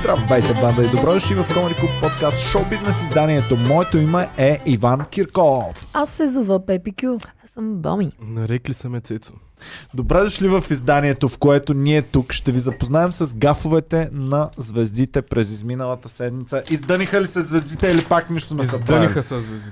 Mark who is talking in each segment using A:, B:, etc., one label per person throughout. A: Здравейте, банда и добро дошли в Comedy Club подкаст шоу бизнес изданието. Моето име е Иван Кирков.
B: Аз се зова Пепи Кю. Аз съм Боми.
C: Нарекли са ме Цецо.
A: Добре дошли в изданието, в което ние тук ще ви запознаем с гафовете на звездите през изминалата седмица. Издъниха ли се звездите или пак нищо не са правили?
C: Издъниха са звездите.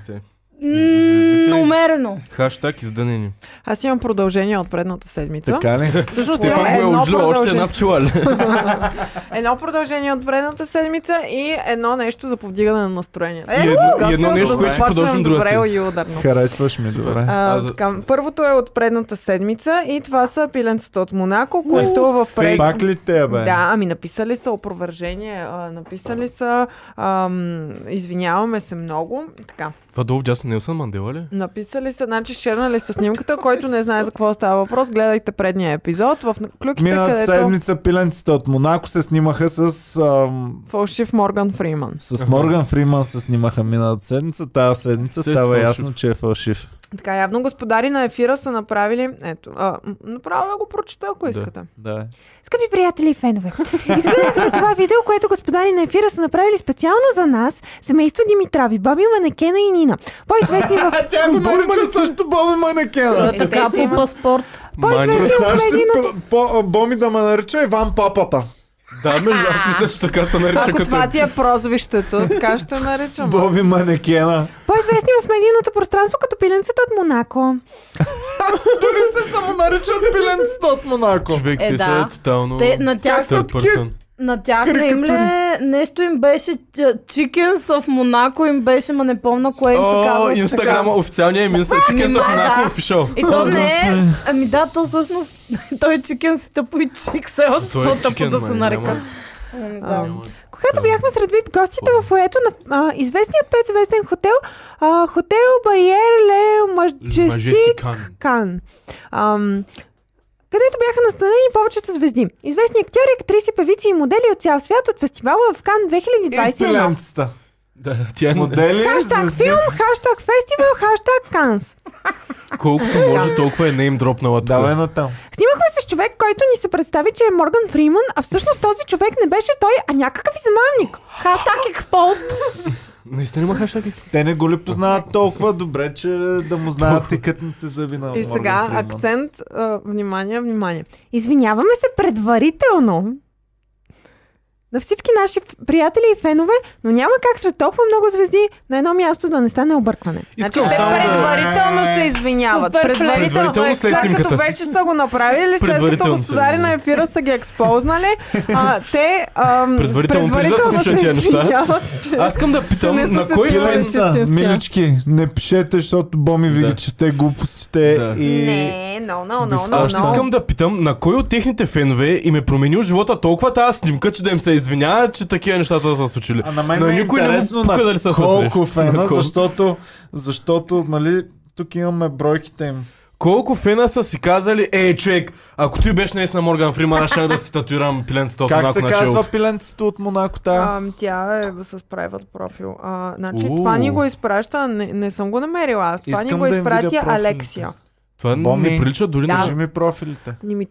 C: Звездите.
D: М, Умерено.
C: Хаштаг издънени.
E: Аз имам продължение от предната седмица.
A: Така ли?
E: Всъщност
C: Стефан
E: имам
C: го
E: едно
C: е ожила, още една
E: продължение.
C: пчела. ли?
E: едно продължение от предната седмица и едно нещо за повдигане на настроението.
C: И едно, и едно
E: Готвя се
C: нещо,
E: да
C: което ще
E: започнем
C: продължим друга
E: добре
C: седмица.
E: и ударно.
A: Харесваш ми, добре.
E: А,
C: А, за-
E: така, първото е от предната седмица и това са пиленцата от Монако, които в пред...
A: Пак ли те, бе?
E: Да, ами написали са опровержение, а, написали са ам, извиняваме се много, така.
C: Това долу вдясно Нелсън Мандела ли?
E: Написали са, значи шернали са снимката, който не знае за какво става въпрос, гледайте предния епизод в клюките,
A: Миналата
E: където
A: седмица пиленците от Монако се снимаха с... Ам...
E: фалшив Морган Фриман.
A: С Морган Фриман се снимаха миналата седмица. Тази седмица
C: Че е
A: става
C: фалшив.
A: ясно, че е фалшив.
E: Така, явно господари на ефира са направили... Ето, а, м- направо да го прочета, ако
C: Да.
E: искате.
A: Да.
D: Скъпи приятели и фенове, изгледахте това видео, което господари на ефира са направили специално за нас, семейство Димитрави, Баби Манекена и Нина. По-известни в...
A: А тя го нарича също Боми Манекена.
B: Да,
E: Е,
B: така
E: те си
B: по
E: имат-
B: паспорт.
E: Е,
C: Майни.
A: Представяш си по- по- Боми да ме нарича Иван Папата.
C: Да, между аз мисля, че така се нарича
E: Ако
C: като...
E: това ти е прозвището, така ще наричам.
A: Боми Манекена.
D: По-известни в медийното пространство като пиленцата от Монако.
A: Дори се само наричат пиленцата от Монако.
C: Човек,
B: Е,
C: те са
B: да.
C: тотално...
B: Те, на
A: Как
B: тях,
A: са
C: third
A: такива?
C: person.
B: на тях не им ли, нещо им беше чикенса в Монако, им беше, ма не помна кое им се
C: О,
B: казва.
C: инстаграма, официалния им инста, чикен са
B: нима,
C: в Монако
B: да.
C: офишъл.
B: И то не е... Ами да, то всъщност той чикен си тъпо и чик се още
C: Той е
B: по-тъпо
C: чикен,
B: да
C: май,
B: се
C: няма-
B: нарека. Ами
E: А,
B: Да.
C: Няма-
D: Когато бяхме сред вип гостите в фоето на а, известният петзвезден хотел, а, хотел Бариер Ле Мажестик
C: Мажестикан.
D: Кан. Ам, където бяха настанени повечето звезди. Известни актьори, актриси, певици и модели от цял свят от фестивала в Кан
A: И
D: 2021.
A: пиленцата.
C: Да, тя е...
A: Модели,
D: Хаштаг
A: звезди.
D: филм, хаштаг фестивал, хаштаг Канс.
C: Колкото може, толкова е нейм дропнала тук.
A: Давай натам.
D: Снимахме с човек, който ни се представи, че е Морган Фриман, а всъщност този човек не беше той, а някакъв измамник.
B: Хаштаг експост.
C: Наистина има хаштаг експо.
A: Те не го ли познават толкова добре, че да му знаят тикатните зъби на
E: И
A: Морган
C: е
E: сега
A: Фриман?
E: акцент, а, внимание, внимание.
D: Извиняваме се предварително на всички наши ф- приятели и фенове, но няма как сред толкова много звезди на едно място да не стане объркване.
C: Искам
E: Значи, Те
C: само да...
E: предварително се извиняват. е
B: Супер
C: Предварително след
E: след като
C: снимката.
E: вече са го направили, след като
C: Предварително
E: господари
C: се-
E: на ефира са ги експознали, а, те ам,
C: Предварително, преди да се
E: предварително
C: случат тия неща.
E: извиняват, че...
C: Аз искам да питам,
E: не са
C: на
E: се
C: кой
E: снимали.
C: ден...
A: Пиленца,
E: истинския.
A: милички, не пишете, защото Боми ви
C: Да.
A: ги чете глупостите
C: Да.
A: и...
E: Не, но, но, но, но,
C: Аз искам
E: но.
C: да питам, на кой от техните фенове им е променил живота толкова тази снимка, че да им се извинява, че такива неща са се случили.
A: А на мен на ми е
C: никой не му
A: интересно
C: пука
A: на
C: дали са
A: колко
C: съзри. На
A: фена,
C: колко-
A: защото, защото, нали, тук имаме бройките им.
C: Колко фена са си казали, ей човек, ако ти беше наистина Морган Фриман, аз ще да си татуирам пиленцата от
A: Как
C: Монако
A: се
C: на челото.
A: казва пиленцето от Монако тая?
E: Ам, тя е с private профил. А, значи,
C: Уу.
E: това ни го изпраща, не, не съм го намерила. аз. Това
A: Искам
E: ни го
A: да им видя
E: изпрати
A: профилите.
E: Алексия.
C: Това
A: Боми.
C: не прилича дори
A: Кажи
C: на...
A: ми профилите.
E: Ними...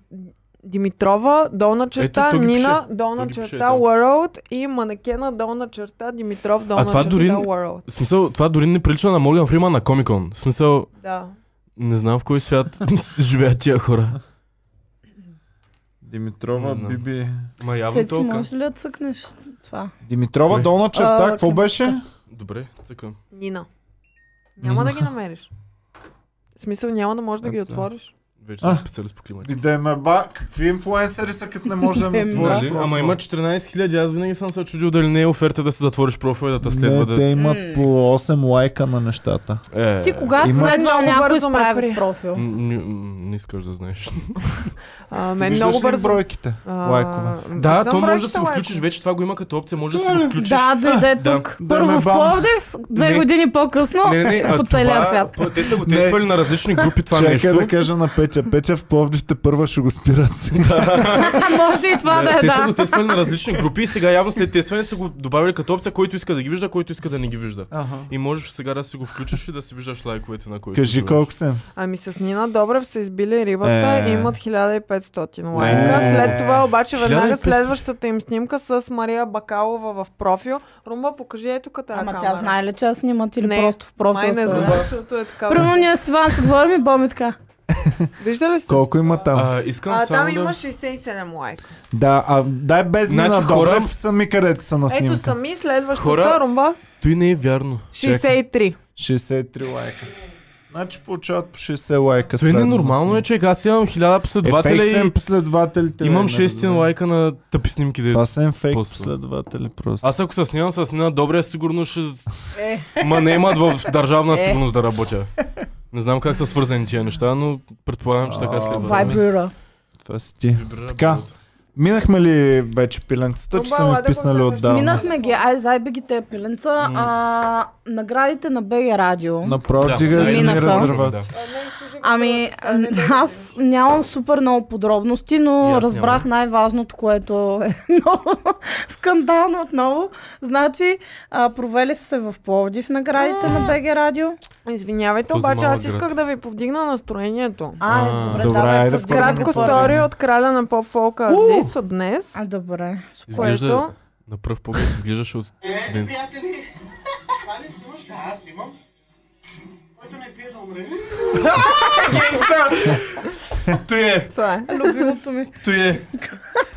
E: Димитрова, долна черта,
C: Ето, то ги
E: Нина,
C: пише.
E: долна
C: То ги
E: черта,
C: пише, да.
E: World и манекена, долна черта, Димитров, долна
C: това
E: черта,
C: дори-
E: World.
C: В смисъл, това дори не прилича на Морган Фриман на Комикон. В смисъл,
E: Да.
C: не знам в кой свят живеят тия хора.
A: Димитрова,
C: Не знам.
A: Биби.
C: Ма явно
B: Цеци,
C: толкова.
B: можеш ли да цъкнеш това?
A: Димитрова,
C: Добре.
A: долна черта,
B: А,
A: какво беше?
C: Добре, така.
E: Нина. Няма да ги намериш. В смисъл, няма да можеш
C: Е,
E: да ги
A: Ето.
E: отвориш.
C: Вече
A: А.
C: съм специалист по климата.
A: Иде ме ба, какви инфлуенсъри са, като не може да им
B: Еми,
A: отвориш
C: Нали?
A: профила?
C: Ама има 14 000, аз винаги съм се чудил дали не е оферта да се затвориш профила и да те следва
A: не, те
C: да...
A: имат
B: М.
A: по 8 лайка на нещата.
C: Е,
B: Ти кога
A: Има-
B: следва
E: Много
B: някой с
E: бързо ме
B: private
E: при.
B: профил?
C: М, м, м, Не искаш да знаеш.
E: А,
A: Ти
E: мен
A: виждаш
E: много
A: ли
E: бързо.
A: бройките,
E: А,
A: лайкове.
C: Да,
E: виждам
C: то може да
E: бройките
C: се
A: е.
E: лайкове.
C: включиш, вече това го има като опция, може да
A: Да,
C: се включиш.
B: Да, дойде
C: Да.
B: тук.
A: Да ме
B: Първо в
A: бам.
B: Пловдив, две
C: Не.
B: години по-късно,
C: Не, не, не, а
B: по целия
C: това-
B: свят.
C: Те са го тествали на различни групи това
A: Чакай
C: нещо.
A: да кажа на Пети, Петя. Петя в Пловдив те първа ще го спират сега.
B: А може и това да е,
C: Те са
B: да.
C: го тествали на различни групи и сега явно след тестване са го добавили като опция, който иска да ги вижда, който иска да не ги вижда.
A: Ага.
C: И можеш сега да си го включиш и да си виждаш лайковете на който.
A: Кажи колко се.
E: Ами с Нина Добрев са избили рибата
A: Е.
E: и имат 1500 лайка.
A: Е.
E: След това обаче веднага
C: 1500.
E: следващата им снимка с Мария Бакалова в профил. Румба, покажи ето като е
B: Ама
E: камера.
B: тя знае ли, че аз снимат или
E: Не,
B: просто в
E: Май
B: профил
E: не знае,
B: са?
E: защото е така.
B: Примерно ние с Иван си говорим и Боми така.
E: Вижда ли си?
A: Колко има там?
C: А, искам
E: А,
C: само
E: там
C: да...
E: има 67 лайка.
A: Да, а дай без
C: Значи,
A: Нина
C: хора-
A: Добрев сами където са на
E: Ето
A: снимка.
E: сами следващата
C: Хора-
E: румба.
C: Той не е вярно.
E: 63.
A: 63 лайка. Значи получават по 60 лайка.
C: Той не е
A: средно на
C: нормално е,
A: снимка.
C: че аз имам 1000
A: Е, фейк
C: последователя
A: са им
C: и
A: последователите. бе,
C: имам
A: не
C: 600
A: разбирам.
C: лайка на тъпи снимки. де-
A: Това са им фейк
C: После.
A: последователи просто.
C: Аз ако се снимам с Нина Добре, сигурно ще... Ма не имат в държавна сигурност да работя. Не знам как са свързани тия неща, но предполагам, че така
A: А,
C: следва.
B: Вайбрира.
A: Това си ти. Така. Минахме ли вече пиленцата, че
E: Добре,
A: са ми
E: ела да го
A: писнали
E: вземеш.
A: отдавна?
B: Минахме ги, ай, зайби ги те пиленца. А, наградите на БГ Радио.
A: Направо
C: Да,
A: дига
C: да,
A: и ми
B: минаха.
A: резерват.
E: Е,
B: Ами, аз нямам супер много подробности,
C: И
B: но
C: аз
B: разбрах най-важното, което е много скандално отново. Значи, а, провели са се в Пловдив наградите на БГ Радио.
E: Извинявайте,
C: Този
E: обаче
C: малък
E: аз
C: град.
E: исках да ви повдигна настроението.
B: А, е,
C: А,
B: добре,
A: добре,
B: давай,
A: айде
B: с
A: да пробваме.
B: кратко
E: Кратко
A: първи.
E: стори от краля на поп-фолка
B: У!
E: Азис от днес.
B: А, добре.
C: Изглежда...
E: Което?
C: На пръв поглед изглеждаше от студент.
F: приятели, това ли снимаш? Да, аз снимам. Който не пие да умре.
C: Той е!
E: Това е.
B: Любимото ми.
C: Той е!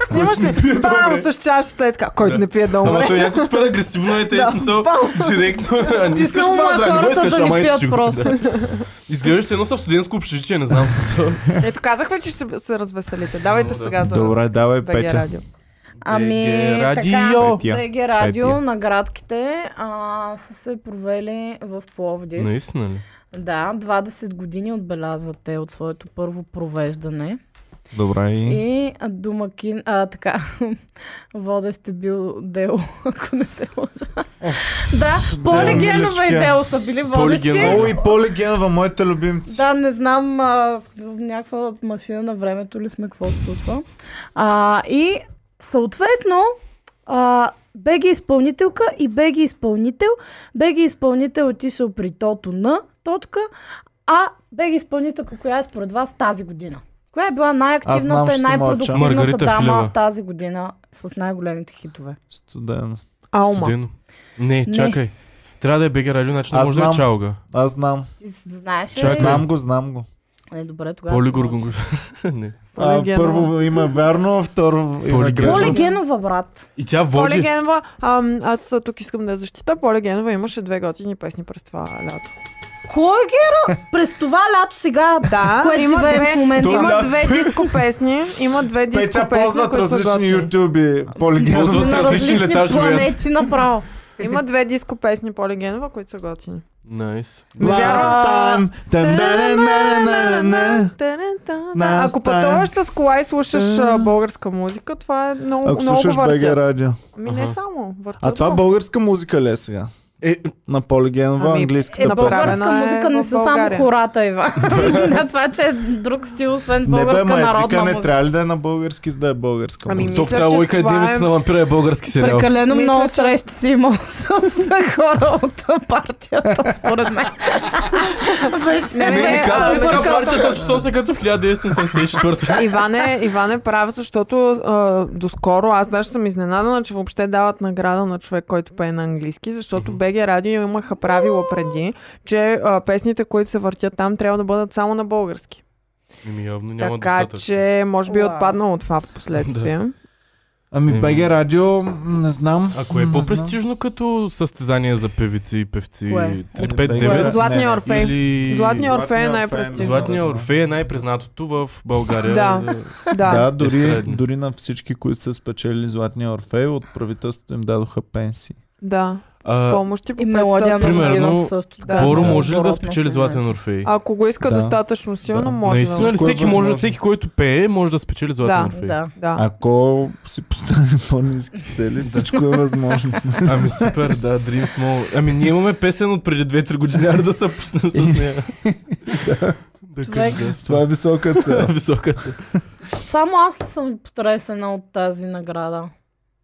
E: Снимаш ли? Бам, с чашата е така. Който не пие да
C: Ама той
E: умре.
C: е яко супер агресивно е, те е
E: Да,
C: смисъл директно. А, Не
B: Ти
C: искаш
B: само
C: това,
B: на
C: да, не го
B: хората
C: искаш,
B: да ни
C: ама ето
B: пият
C: ще го.
B: просто.
C: да. Изглеждаш се едно са в студентско общежитие, не знам.
E: Ето казах ви, че ще се развеселите. Давайте
C: Да.
E: сега за
A: Добре, давай
E: БГ
A: Петя.
E: радио.
B: Ами,
C: Е,
B: така.
C: радио!
A: Петя.
B: БГ Радио
A: Петия.
B: наградките а, са се провели в Пловдив.
C: Наистина ли?
B: Да, 20 години отбелязват те от своето първо провеждане.
A: Добре и...
B: И а, домакин, а така, водещ е бил дело, ако не се лъжа. да, полигенова и
A: милички.
B: дело са били водещи.
C: Полигенова.
A: О, и по-легенва, моите любимци.
B: Да, не знам а, в някаква машина на времето ли сме, какво се случва. А, и съответно, а, беги изпълнителка и беги изпълнител. Беги изпълнител е отишъл при тото на точка, а беги изпълнителка, коя е според вас тази година? Коя е била
A: Аз знам,
B: най-активната
A: ще
B: и
A: си мълча.
B: най-продуктивната
C: Маргарита
B: дама
C: Филева.
B: тази година с най-големите хитове?
A: Студено.
E: Алма.
C: Студено. Не, чакай. Трябва да е БГ радио, значи не
A: Аз
C: може да е
A: знам.
C: чалга.
A: Аз знам.
B: Ти знаеш ли?
C: Чакай.
A: Знам го, знам го.
B: Не, добре, тогава.
C: Поли
B: си мълча.
C: Гургунгуш. Не.
A: А,
E: Полигенова.
A: първо има вярно, а второ има
C: Полигенова.
A: грешно.
B: Полигенова, брат.
C: И тя води.
E: Полигенва, ам, аз а, тук искам да я защита. Полигенва имаше две готини песни през това лято.
B: Кой ги е ра- през това лято сега
E: Да,
B: в което
E: има
B: живеем
E: две-
B: в момента.
C: То
E: Има
C: лято.
E: две диско песни. Има две диско
A: Петя
E: песни,
A: ползват
E: които са
A: различни
E: готини.
A: ютуби.
C: Ползват.
A: Полигенова.
B: на
C: различни
B: различни
C: лета живеят.
B: планети направо.
E: Има две диско песни Полигенва, които са готини.
C: Найс.
A: Last time. Тан-да-да-да-да-да-да.
E: Да,
A: Нас
E: Ако
A: тая.
E: пътуваш с кола и слушаш а, българска музика, това е много,
A: Ако
E: много
A: слушаш БГ
E: въртят.
A: радио.
E: Ми не
C: Аха.
E: само. Въртят
A: А това
E: го.
A: българска музика ли е сега?
C: Е,
A: На Полигенова,
E: Ами,
B: Е,
A: английската
E: направена
A: песен.
B: българска
E: е
B: музика не
E: в
B: са само
E: България.
B: хората, Ива. На това, че е друг стил, освен
A: Не бе,
B: българска
A: ма
B: народна
A: езика не
B: музика.
A: трябва ли да е на български, за да е българска
E: Ами,
A: музика?
C: Топ
E: Мисля,
C: тази
E: че
C: лойка е
E: това е-
C: Дивица на вампира е български сериал.
B: Прекалено
E: Мисля,
B: много
E: че-
B: срещи си имал с, с хора от партията, според мен. Вече е.
E: Не,
C: Не,
E: не,
C: не
E: а,
C: казвам
E: бе,
C: така
E: като-
C: партията, че съм се като в 1974.
E: Иване, Иване прав, защото а, доскоро аз даже съм изненадана, че въобще дават награда на човек, който пее на английски, защото
C: Мгм.
E: БГ Радио имаха правило преди, че а, песните, които се въртят там, трябва да бъдат само на български.
C: Еми е явно няма
E: така
C: достатъчно.
E: че, може би е
B: Уау.
E: отпаднало това в последствие.
A: Ами
C: Еми.
A: БГ радио, м, не знам.
C: Ако е
A: Не знам.
C: по-престижно като състезание за певици и певци
B: Кое?
C: 3-5-9
E: Златния
A: Не, не.
E: Орфей. Златния
C: или...
A: Златния
E: Орфей
A: Орфей,
E: е най-престижен.
C: Златния Орфей е най-признатото в България.
E: Да. Да.
A: Да, дори,
C: Естрадни.
A: дори на всички, които са спечелили Златния Орфей, от правителството им дадоха пенсии.
E: Да.
C: А,
E: Помощи по
B: И мелодия
E: 500
B: на
C: Примерно,
B: Малинов също. така.
C: Боро
B: Да,
C: може ли да
B: Боротно
C: спечели
B: в
C: Златен
B: момента.
C: Орфей?
E: Ако го иска
A: Да.
E: достатъчно силно,
A: Да.
E: може да.
C: Наистина ли
A: Всичко е
C: всеки може,
A: възможно.
C: всеки който пее, може да спечели Златен
E: Да.
C: Орфей?
B: Да.
E: Да.
A: Ако си постави по-низки цели, всичко е възможно.
C: Ами супер, да, Dream Small. Ами ние имаме песен от преди 2-3 години, аре да се пуснем с нея.
B: Човек,
A: Това е висока цел.
C: Висока.
B: само аз ли съм потресена от тази награда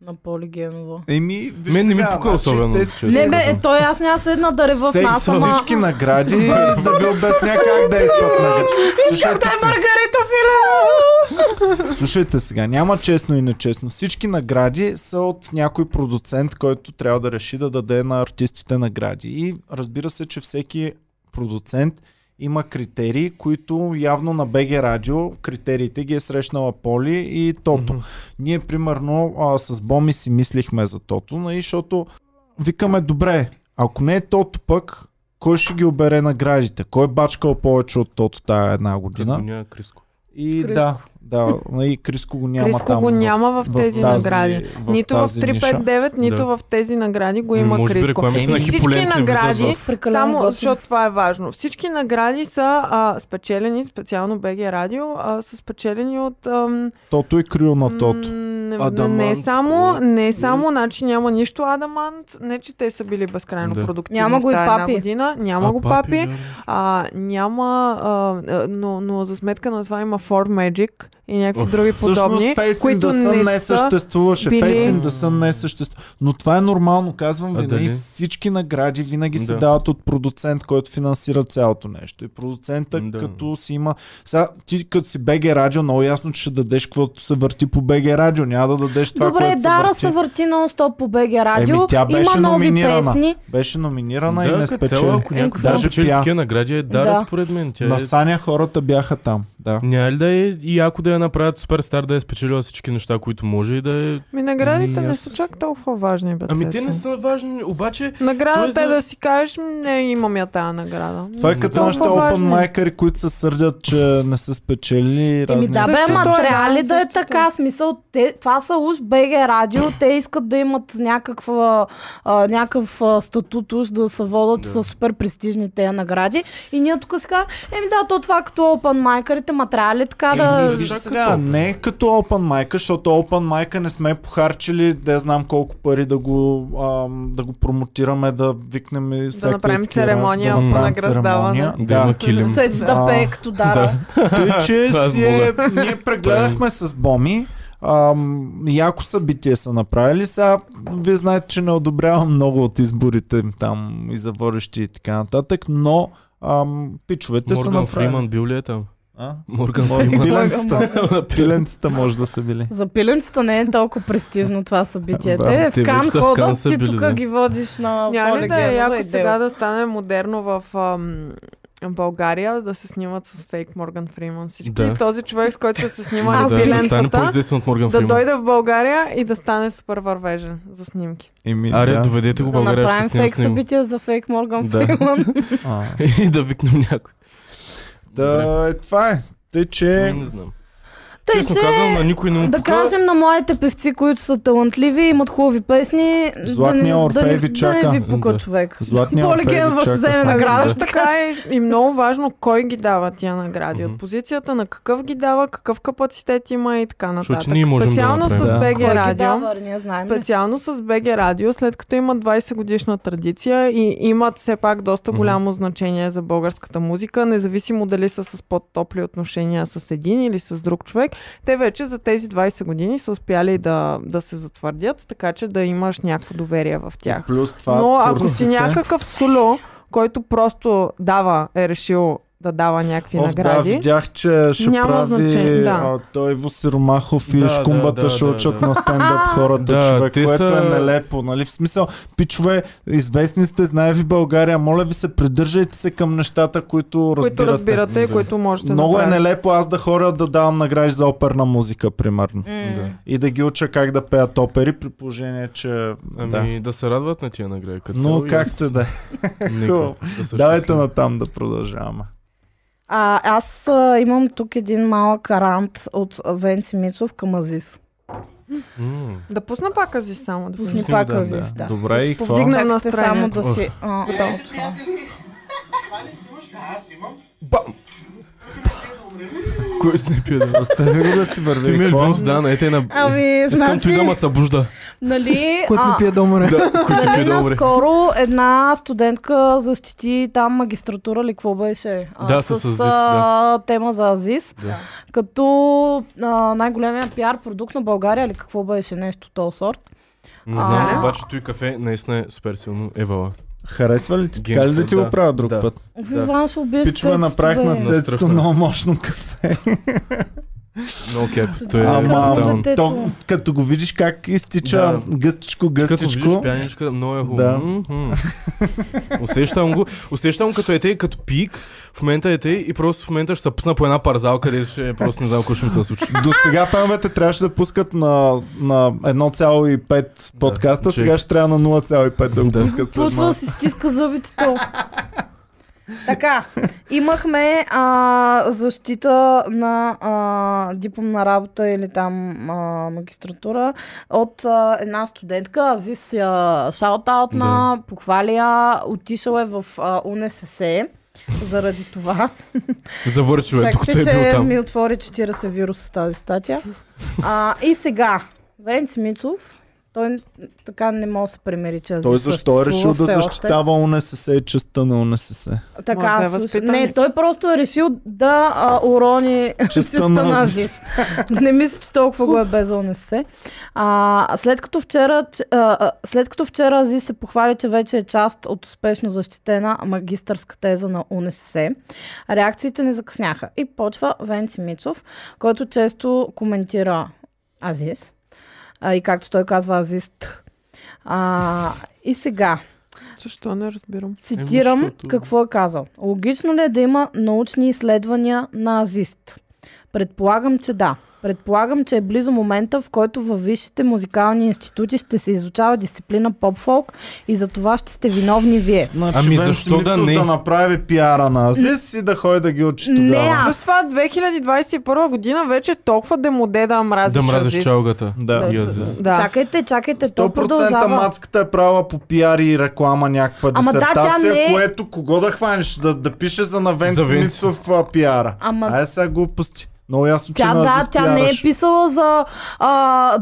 B: на Полигенова?
A: Еми, виж
C: Мен не ми
A: сега,
C: пука
A: значи,
C: особено,
A: Те
C: честно.
A: си-
B: Не бе, е, той аз няма седна да рева в
A: Се-
B: нас, ама...
A: всички награди, да ви обясня как действат награди. Слушайте
B: Е,
A: сега,
B: Маргарита Филева!
A: слушайте сега, няма честно и нечестно. Всички награди са от някой продуцент, който трябва да реши да даде на артистите награди. И разбира се, че всеки продуцент има критерии, които явно на БГ Радио критериите ги е срещнала Поли и Тото. Ние, примерно, а, с Боми си мислихме за Тото, нали, защото викаме, добре, ако не е Тото пък, кой ще ги обере наградите? Кой е бачкал повече от Тото тая една година?
C: Гоня Криско.
A: И
B: Криско.
A: да, да, и Криско го няма
E: Криско
A: там.
E: го
A: в-
E: няма в тези
A: тази-
E: награди.
A: в
E: Нито в
A: тази ниша.
E: 359, нито в тези награди го има
C: Ами, Може би
E: Криско.
C: рекламите на
A: Еми,
E: всички
C: Хиполент не влизат
E: награди
C: в...
B: Прекалено
E: Само
B: готин.
E: защото това е важно. Всички награди са а, спечелени, специално БГ Радио, а, са спечелени от... Ам,
A: Тото и крил на
E: м,
A: Тото.
E: не,
C: Адамант,
E: не само,
C: е.
E: не само, значи няма нищо Адамант, не че те са били безкрайно
C: Да.
E: продуктивни
B: Няма го
E: в
B: и
E: тая една
B: Папи.
E: Година. Няма
C: А,
E: го папи.
C: да.
E: А, няма, а, а, но, но за сметка на това има Ford Magic и някакви
C: Оф.
E: други
A: Всъщност
E: подобни,
A: Face in
E: които
A: the Sun
B: е
A: не съществуваше.
E: били-
A: Face in the Sun не съществуваше. Но това е нормално, казвам
C: А,
A: винаги.
C: дали?
A: Всички награди винаги се
C: Да.
A: дават от продуцент, който финансира цялото нещо. И продуцента
C: Да.
A: като си има... Сега, ти като си БГ Радио, много е ясно, че ще дадеш каквото се върти по БГ Радио. Няма да дадеш това,
B: Добре,
A: което
B: Дара
A: се
B: се
A: върти.
B: върти нон-стоп по БГ Радио.
A: Еми, тя беше
B: Има нови
A: номинирана.
B: песни.
A: Беше номинирана и
C: Да,
A: не
C: като
A: спечели. Е,
C: цяло, ако някой
B: Даже
C: даже печели
A: пя.
C: такива награди, е да,
B: Да.
C: според мен. Тя
A: На
C: е...
A: Саня хората бяха там. Да.
C: Няма ли да е и ако да я направят суперстар, да е спечелила всички неща, които може и да е...
E: Ми наградите
A: Ами
E: не
A: аз-
E: са чак толкова важни, бе,
C: Ами те
E: Цецо.
C: не са важни, обаче...
E: Наградата
C: Той
E: е
C: е за-
E: да си кажеш, «М, не имам я тая награда. е.
A: Това е
C: За
A: като
C: толкова
A: нашите open
E: важни.
A: майкери, които се сърдят, че не са спечели
B: Еми
A: разни
B: да бе,
A: неща.
B: ама
E: Същото е,
B: трябва
E: да,
B: ли да е
E: същото е.
B: така? Смисъл, те, това са уж БГ Радио, те искат да имат някаква, а, някакъв а, статут уж да се водят
C: Да.
B: с супер престижни тези награди. И ние тук си казваме, еми да, то това е като Open майкарите, ма трябва ли
A: Е,
B: така да...
A: Еми, виж
C: Да,
A: сега,
C: като-
A: не е като Open Mic, защото Open Mic не сме похарчили, да знам колко пари да го, ам, да го промотираме, да викнем и всякакви
E: направим
A: такива,
E: церемония
A: да направим
E: по награждаване.
A: церемония.
C: Да има
A: Да.
C: килим.
B: Цецо
A: А,
B: да пее като
C: Да.
B: дара.
A: Тъй, че
C: Това е
A: си е, ние прегледахме с Боми. Ам, яко събитие са направили. Сега, вие знаете, че не одобрявам много от изборите им там и за водещи и така нататък, но ам, пичовете са
C: Морган
A: направили.
C: Фриман бил ли е там?
A: А?
C: Морган
A: Мор-
C: Фриман.
A: Пиленцата. Пиленцата може да са били.
B: За пиленцата не е толкова престижно това събитие.
A: Да,
B: Те в
C: те вече
B: Кан
C: са в Кан
B: ходят,
C: са
B: ти
C: били,
B: тук
C: да.
B: ги водиш на
E: Няма ли да е
B: Полигенова
E: яко
B: и
E: сега
B: Дел.
E: да стане модерно в ам, България да се снимат с фейк Морган Фриман всички.
C: Да.
E: И този човек, с който са се снимали
B: Аз
E: с
C: да, да стане
E: пиленцата,
C: по-известен от Морган
E: да
C: Фриман.
E: дойде в България и да стане супер вървежен за снимки.
A: Еми,
C: Аре,
A: Ами да.
C: доведете го
B: Да
C: България, ще
B: направим
C: снимам
B: фейк
C: с него.
B: събитие за фейк Морган
C: Да.
B: Фриман.
A: А,
C: И да викнем някой.
A: да, е, това е. Тъй,
C: Не,
A: че
C: не знам.
B: Тъй,
C: Честно
B: че
C: казвам, на никой не му
B: Да
C: пука.
B: кажем на младите певци, които са талантливи, имат хубави песни.
A: Златния
B: да не-
A: Орфей
B: да не,
A: ви
B: Да
A: чака.
B: не ви пука
C: Да.
B: човек.
A: Златния
B: Поли
A: Орфей
B: Генова
A: ви
B: ще
A: чака.
B: вземе награда.
E: Също така е и много важно кой ги дава тия награди.
C: Мгм.
E: От позицията на какъв ги дава, какъв капацитет има и така
C: Защото
E: нататък.
C: ние можем да
E: Специално
C: направим.
E: с
A: Да.
E: БГ
B: Кой ги
E: Радио.
B: дава, ние
E: Ами.
B: знаем. ли?
E: Специално с БГ Радио, след като има 20 годишна традиция и имат все пак доста
C: Мгм.
E: голямо значение за българската музика, независимо дали са с по-топли отношения с един или с друг човек, те вече за тези 20 години са успяли да, да се затвърдят, така че да имаш някакво доверие в тях.
A: Плюс това е.
E: Но ако си
A: творците-
E: някакъв суло, който просто дава, е решил да дава някакви
A: Ох, да,
E: награди.
A: видях, че ще
E: Няма
A: прави
E: значение, да.
A: а, той Восиромахов и
C: Да,
A: Шкумбата
C: да, да,
A: ще
C: да,
A: учат
C: да.
A: на стендъп хората,
C: Да,
A: човек,
C: те
A: което
C: са-
A: е нелепо, нали? В смисъл, пичове, известни сте, знае ви България, моля ви се, придържайте се към нещата, които разбирате.
E: които разбирате и
C: Да.
E: които можете
A: Много
E: да
A: е
E: правите.
A: нелепо аз да хоря да давам награди за оперна музика, примерно.
B: М.
C: Да.
A: И да ги уча как да пеят опери, при положение, че... Да.
C: Ами да се радват на тия награди. като
A: Но
C: цяло и
A: както и да е.
C: нека
A: хубаво.
C: да са
A: Давайте
C: щастливи.
A: натам да продължаваме.
B: А, аз а, имам тук един малък рант от Венци Мицов към Азис.
C: М.
E: Да пусна пак ази само. Да
B: Пусни
E: пусна.
C: Пусни
B: пак
C: го, да,
B: Азис, да.
A: Добре, и какво?
E: повдигна- Вдигнем
B: Чакайте
E: настроението.
B: само да си... а, да,
F: Хайде,
B: от това.
F: приятели! Това ли снимаш? Да, аз снимам.
C: Бам!
F: Тук не е да умрем.
C: който не пие да.
A: Остави го да си върви.
C: Ти ми е
A: Нали, Какво?
C: любим с Дана, е те на...
B: Ами,
C: Искам той да
B: значи,
C: ма събужда.
B: нали,
E: Който не
B: а,
E: пие да умре.
C: Да, който пие
A: е
B: нали
C: да умре.
B: наскоро една студентка защити там магистратура ли какво беше?
C: Да, с Азис,
B: а, тема за Азис.
C: Да.
B: Като а, най-големия пиар продукт на България ли какво беше нещо то сорт?
C: Не знам,
B: А.
C: обаче той кафе наистина е супер силно. Евала.
A: Харесва ли ти? Така ли да
C: Генгстър,
A: ти
C: да.
A: го правя друг
C: Да.
A: път?
B: Да. Иван ще убиеш
A: Пичове,
B: цецето,
A: направих
B: бе.
A: на цецето
C: Настръхна.
A: много мощно кафе.
C: Много кеп. Той е
B: Ама,
C: брутално.
B: дете. Детето.
A: То, като го видиш как изтича
C: Да.
A: гъстичко,
C: Като видиш
A: гъстичко.
C: пияничка, много е хубаво.
A: Да.
C: М-м. Усещам го. Усещам като е те, като пик. В момента е те и просто в момента ще се пусна по една парзалка, където ще е просто не знам какво ще ми се случи.
A: До сега феновете трябваше да пускат на, на 1,5 подкаста,
C: Да,
A: сега ще трябва на 0,5 да го
C: Да.
A: пускат.
B: Почва да си стиска зъбите то. така, имахме а, защита на а, дипломна работа или там а, магистратура от а, една студентка. Азис я шаутаут на, похвали я, отишъл е в а, УНСС заради това.
C: Завършил е, докато е
B: Чакайте,
C: бил
B: че
C: там.
B: ми отвори 40 вируса тази статия. А, и сега, Венц Мицов, той така не може да се примери, че Азис
A: Той защо е решил
B: съществува
A: да
B: все още.
A: защитава УНСС и частта на УНСС?
B: Така,
E: Може да е
B: слушай,
E: възпитание.
B: не, той просто е решил да а, урони честа
A: на
B: на
A: Азис.
B: Азис. не мисля, че толкова го е без ОНСС. А, след, като вчера, че- а, а, след като вчера Азис се похвали, че вече е част от успешно защитена магистърска теза на УНСС, реакциите не закъсняха. И почва Венци Мицов, който често коментира Азис. А, и както той казва, Азист. А, и сега,
E: Защо не разбирам?
B: Цитирам
C: Еми, защото-
B: какво е казал. Логично ли е да има научни изследвания на азист? Предполагам, че да. Предполагам, че е близо момента, в който във висшите музикални институти ще се изучава дисциплина поп-фолк и за това ще сте виновни вие.
A: Значи,
C: Ами
A: Венци
C: защо да
A: Мицов
C: не?
A: да направи пиара на Азис и да ходи да ги учи
B: Не,
A: тогава.
B: аз.
E: Плюс това 2021 година вече е толкова демоде да мразиш
C: Да мразиш
E: Азис.
C: чалгата.
A: Да.
C: И Азис.
E: Да.
B: Чакайте, чакайте, Е, то
A: 100%
B: продължава.
A: мацката е правила по пиар и реклама някаква
B: Ама да, тя
A: дисертация,
B: не е-
A: което кого да хванеш, да, да пише за Навенци
C: За Венци.
A: Мицов а, пиара.
B: Ама-
A: Ай сега глупости. Много ясно, че
B: Тя
A: на
B: да,
A: Азис
B: тя не е
A: пиараше.
B: писала за а,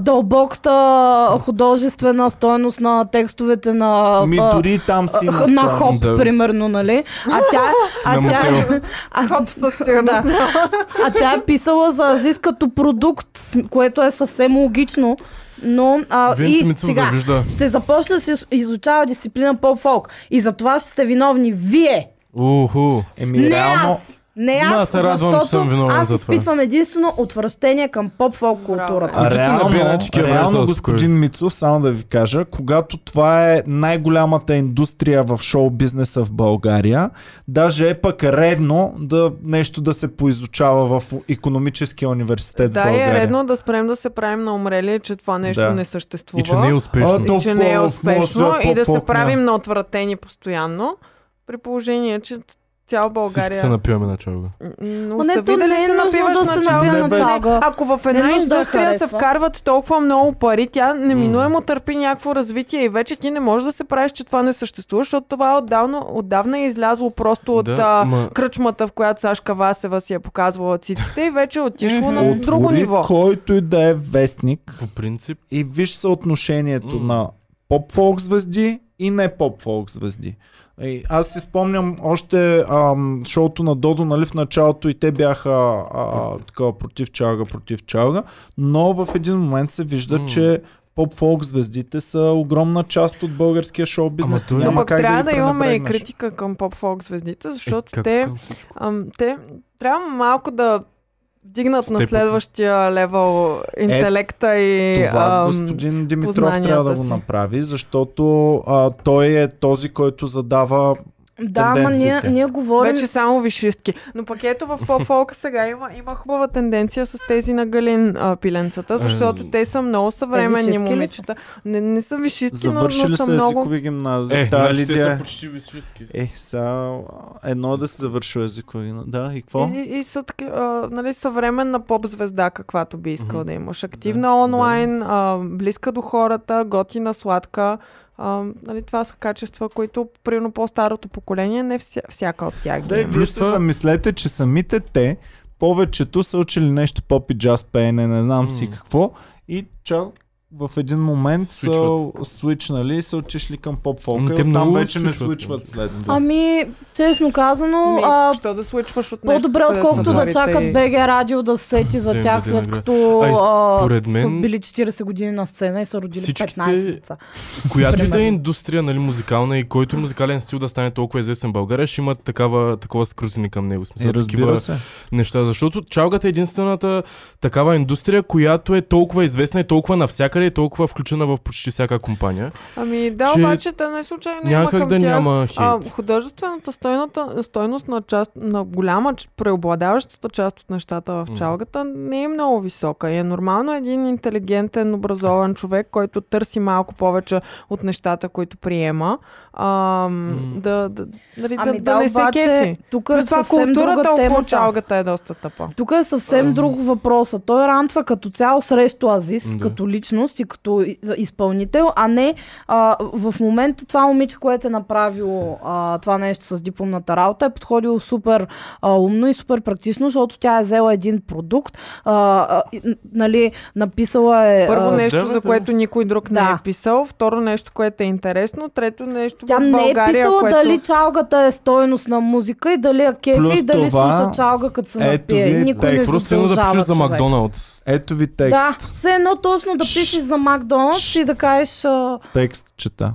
B: дълбоката художествена стойност на текстовете на
A: Ми
B: а,
A: дори и там си има
B: Х- на
A: стойност.
B: хоп,
C: Да.
B: примерно, нали? А тя, а
C: На
B: тя,
C: мотел.
B: а,
E: Хоп със сигурност.
B: Да. а тя е писала за Азис като продукт, с- което е съвсем логично. Но а,
C: Венци
B: и
C: Мицов
B: сега
C: завижда.
B: ще започне да се из- изучава дисциплина поп-фолк. И за това ще сте виновни вие,
C: Уху.
A: Еми,
B: не
A: реално,
B: аз. Не аз,
C: Ма, аз се радвам, че
B: защото
C: съм виновен
B: аз
C: за това.
B: изпитвам единствено отвращение към поп-фолк културата.
A: А
C: Които се
A: реално,
C: набират, че кебра не
A: реално
C: са
A: господин
C: успокоили.
A: Мицов, само да ви кажа, когато това е най-голямата индустрия в шоу-бизнеса в България, даже е пък редно да нещо да се поизучава в економическия университет в
E: Да, и е
A: България.
E: редно да спрем да се правим на умрели, че това нещо
A: Да.
E: не съществува.
C: И че не е
A: А,
C: успешно.
A: то
E: и че не е
A: в- в
E: успешно
A: моя свят
E: и да се
A: по-фолк,
E: правим на отвратени постоянно, при положение, че цял
C: Всички
E: България...
C: се напиваме на чалга.
E: М,
B: Ма не,
E: остави
B: то
E: да
B: не
E: ли
B: е
E: се
B: нужно
E: напиваш
B: да се
E: началга?
A: Не,
B: набива
A: бе.
B: началга.
E: Ако в
B: Не е
E: една
B: нужно да
E: индустрия
B: харесва.
E: се вкарват толкова много пари, тя неминуемо търпи някакво развитие и вече ти не можеш да се правиш, че това не съществува, защото това е отдавна, отдавна е излязло просто от
C: Да,
E: а,
C: ма-
E: кръчмата, в която Сашка Васева си е показвала циците и вече е отишло на
A: Отвори
E: друго ниво.
A: който и да е вестник
C: По принцип. е,
A: и виж съотношението
C: М.
A: на поп-фолк звезди и не поп-фолк звезди. И аз си спомням още ам, шоуто на Додо, нали, в началото и те бяха а, такова против чалга, против чалга, но в един момент се вижда,
C: М.
A: че поп-фолк звездите са огромна част от българския шоу бизнес.
C: Ама той-
A: Няма
E: Но пък
A: как
E: трябва
A: да,
E: да,
A: ги
E: имаме и
A: пренебрегнеш.
E: критика към поп-фолк звездите,
C: Е,
E: защото
C: как-
E: те,
C: как-
E: ам, те трябва малко да вдигнат на
C: Степът.
E: следващия левел интелекта и
A: Това
E: ам,
A: господин Димитров
E: познанията
A: трябва да го
E: си.
A: направи, защото а, той е този, който задава
B: Да, ама ние,
A: тенденциите.
B: ние говорим...
E: Вече само вишистки. Но пък ето в поп-фолка сега има, има хубава тенденция с тези на Галин а, пиленцата, защото
C: Е,
E: те са много
B: Те
E: съвременни
B: вишистки ли са?
E: момичета. Не, не са вишистки, но, но
A: Завършили
E: са
A: са
E: много...
A: езикови гимназии.
C: Е,
A: Та
C: значи те са
A: Лидия...
C: почти висшистки.
A: Е, сега едно е да си завършил езикови гимназия. Да, и какво?
E: И, и са таки, а, нали, съвременна поп-звезда, каквато би искал
C: Мгм.
E: да имаш. Активна
C: Да,
E: онлайн, а, близка до хората, готина, сладка. А, нали, това са качества, които, примерно, по-старото поколение, не вся, всяка от тях ги
A: Да, и
E: има.
A: вие се
C: това-
A: замислете, че самите те повечето са учили нещо поп и джаз пеене, не знам си
C: М.
A: какво. И чак в един момент са
C: Свичват.
A: свичнали и са отишли към поп
C: М,
A: фолка
C: те
A: и оттам
C: много
A: вече не
C: свичват.
A: свичват след това.
B: Ами, честно казано, а,
E: Ами, Що да случваш от нещо?
B: по-добре,
E: където са
B: отколкото да
E: младите
B: чакат
E: и-
B: БГ радио да се сети за
C: Да им
B: тях,
C: даде
B: след
C: награда.
B: като
C: А, и
B: а,
C: според
B: са
C: мен-
B: били 40 години на сцена и са родили
C: Всичките-
B: 15 деца.
C: Която и да е
B: Примерно.
C: индустрия, нали, музикална и който и музикален стил да стане толкова известен в България, ще има такава, такова скрутини към него. В Смисъл,
A: И Е, разбира
C: такива
A: се.
C: неща. Защото чалгата е единствената такава индустрия, която е толкова известна и толкова навсякъде и толкова включена в почти всяка компания.
E: Ами да,
C: че
E: обаче да не случайно има
C: Някак
E: към тях.
C: да няма хейт.
E: А, художествената стойната, стойност на, част, на голяма, ч- преобладаващата част от нещата в
C: Мгм.
E: чалгата не е много висока. И е нормално един интелигентен, образован човек, който търси малко повече от нещата, които приема, а,
C: Мгм.
E: да, да, нали,
B: Ами
E: да, да, не се кефи.
B: тук е
E: Плюс това
B: съвсем
E: културата
B: друга
E: около
B: тема.
E: чалгата е доста тъпа.
B: Тук е съвсем
C: Ам.
B: друг въпрос. Той рантва като цяло срещу Азис,
C: Да.
B: като личност и като и- изпълнител, а не а, в момента това момиче, което е направило а, това нещо с дипломната работа, е подходило супер а, умно и супер практично, защото тя е взела един продукт, а, а, и, н- нали, написала е...
E: Първо
B: а,
E: нещо,
C: да, бе,
E: за
C: да.
E: което никой друг не
B: Да.
E: е писал, второ нещо, което е интересно, трето нещо
B: Тя
E: в
B: не е
E: България,
B: писала
E: което...
B: дали чалгата е стойност на музика и дали е кефи
A: Плюс
B: и дали
A: това,
B: слуша чалга като се
A: ето
B: напие.
A: ви
B: Никой
A: текст.
B: не
C: Просто едно да
B: задължава
C: пишеш за
B: човек.
C: Макдоналдс.
A: Ето ви текст.
B: Да, все едно точно да пишеш за Макдоналдс и да кажеш... а,
A: Текст чета.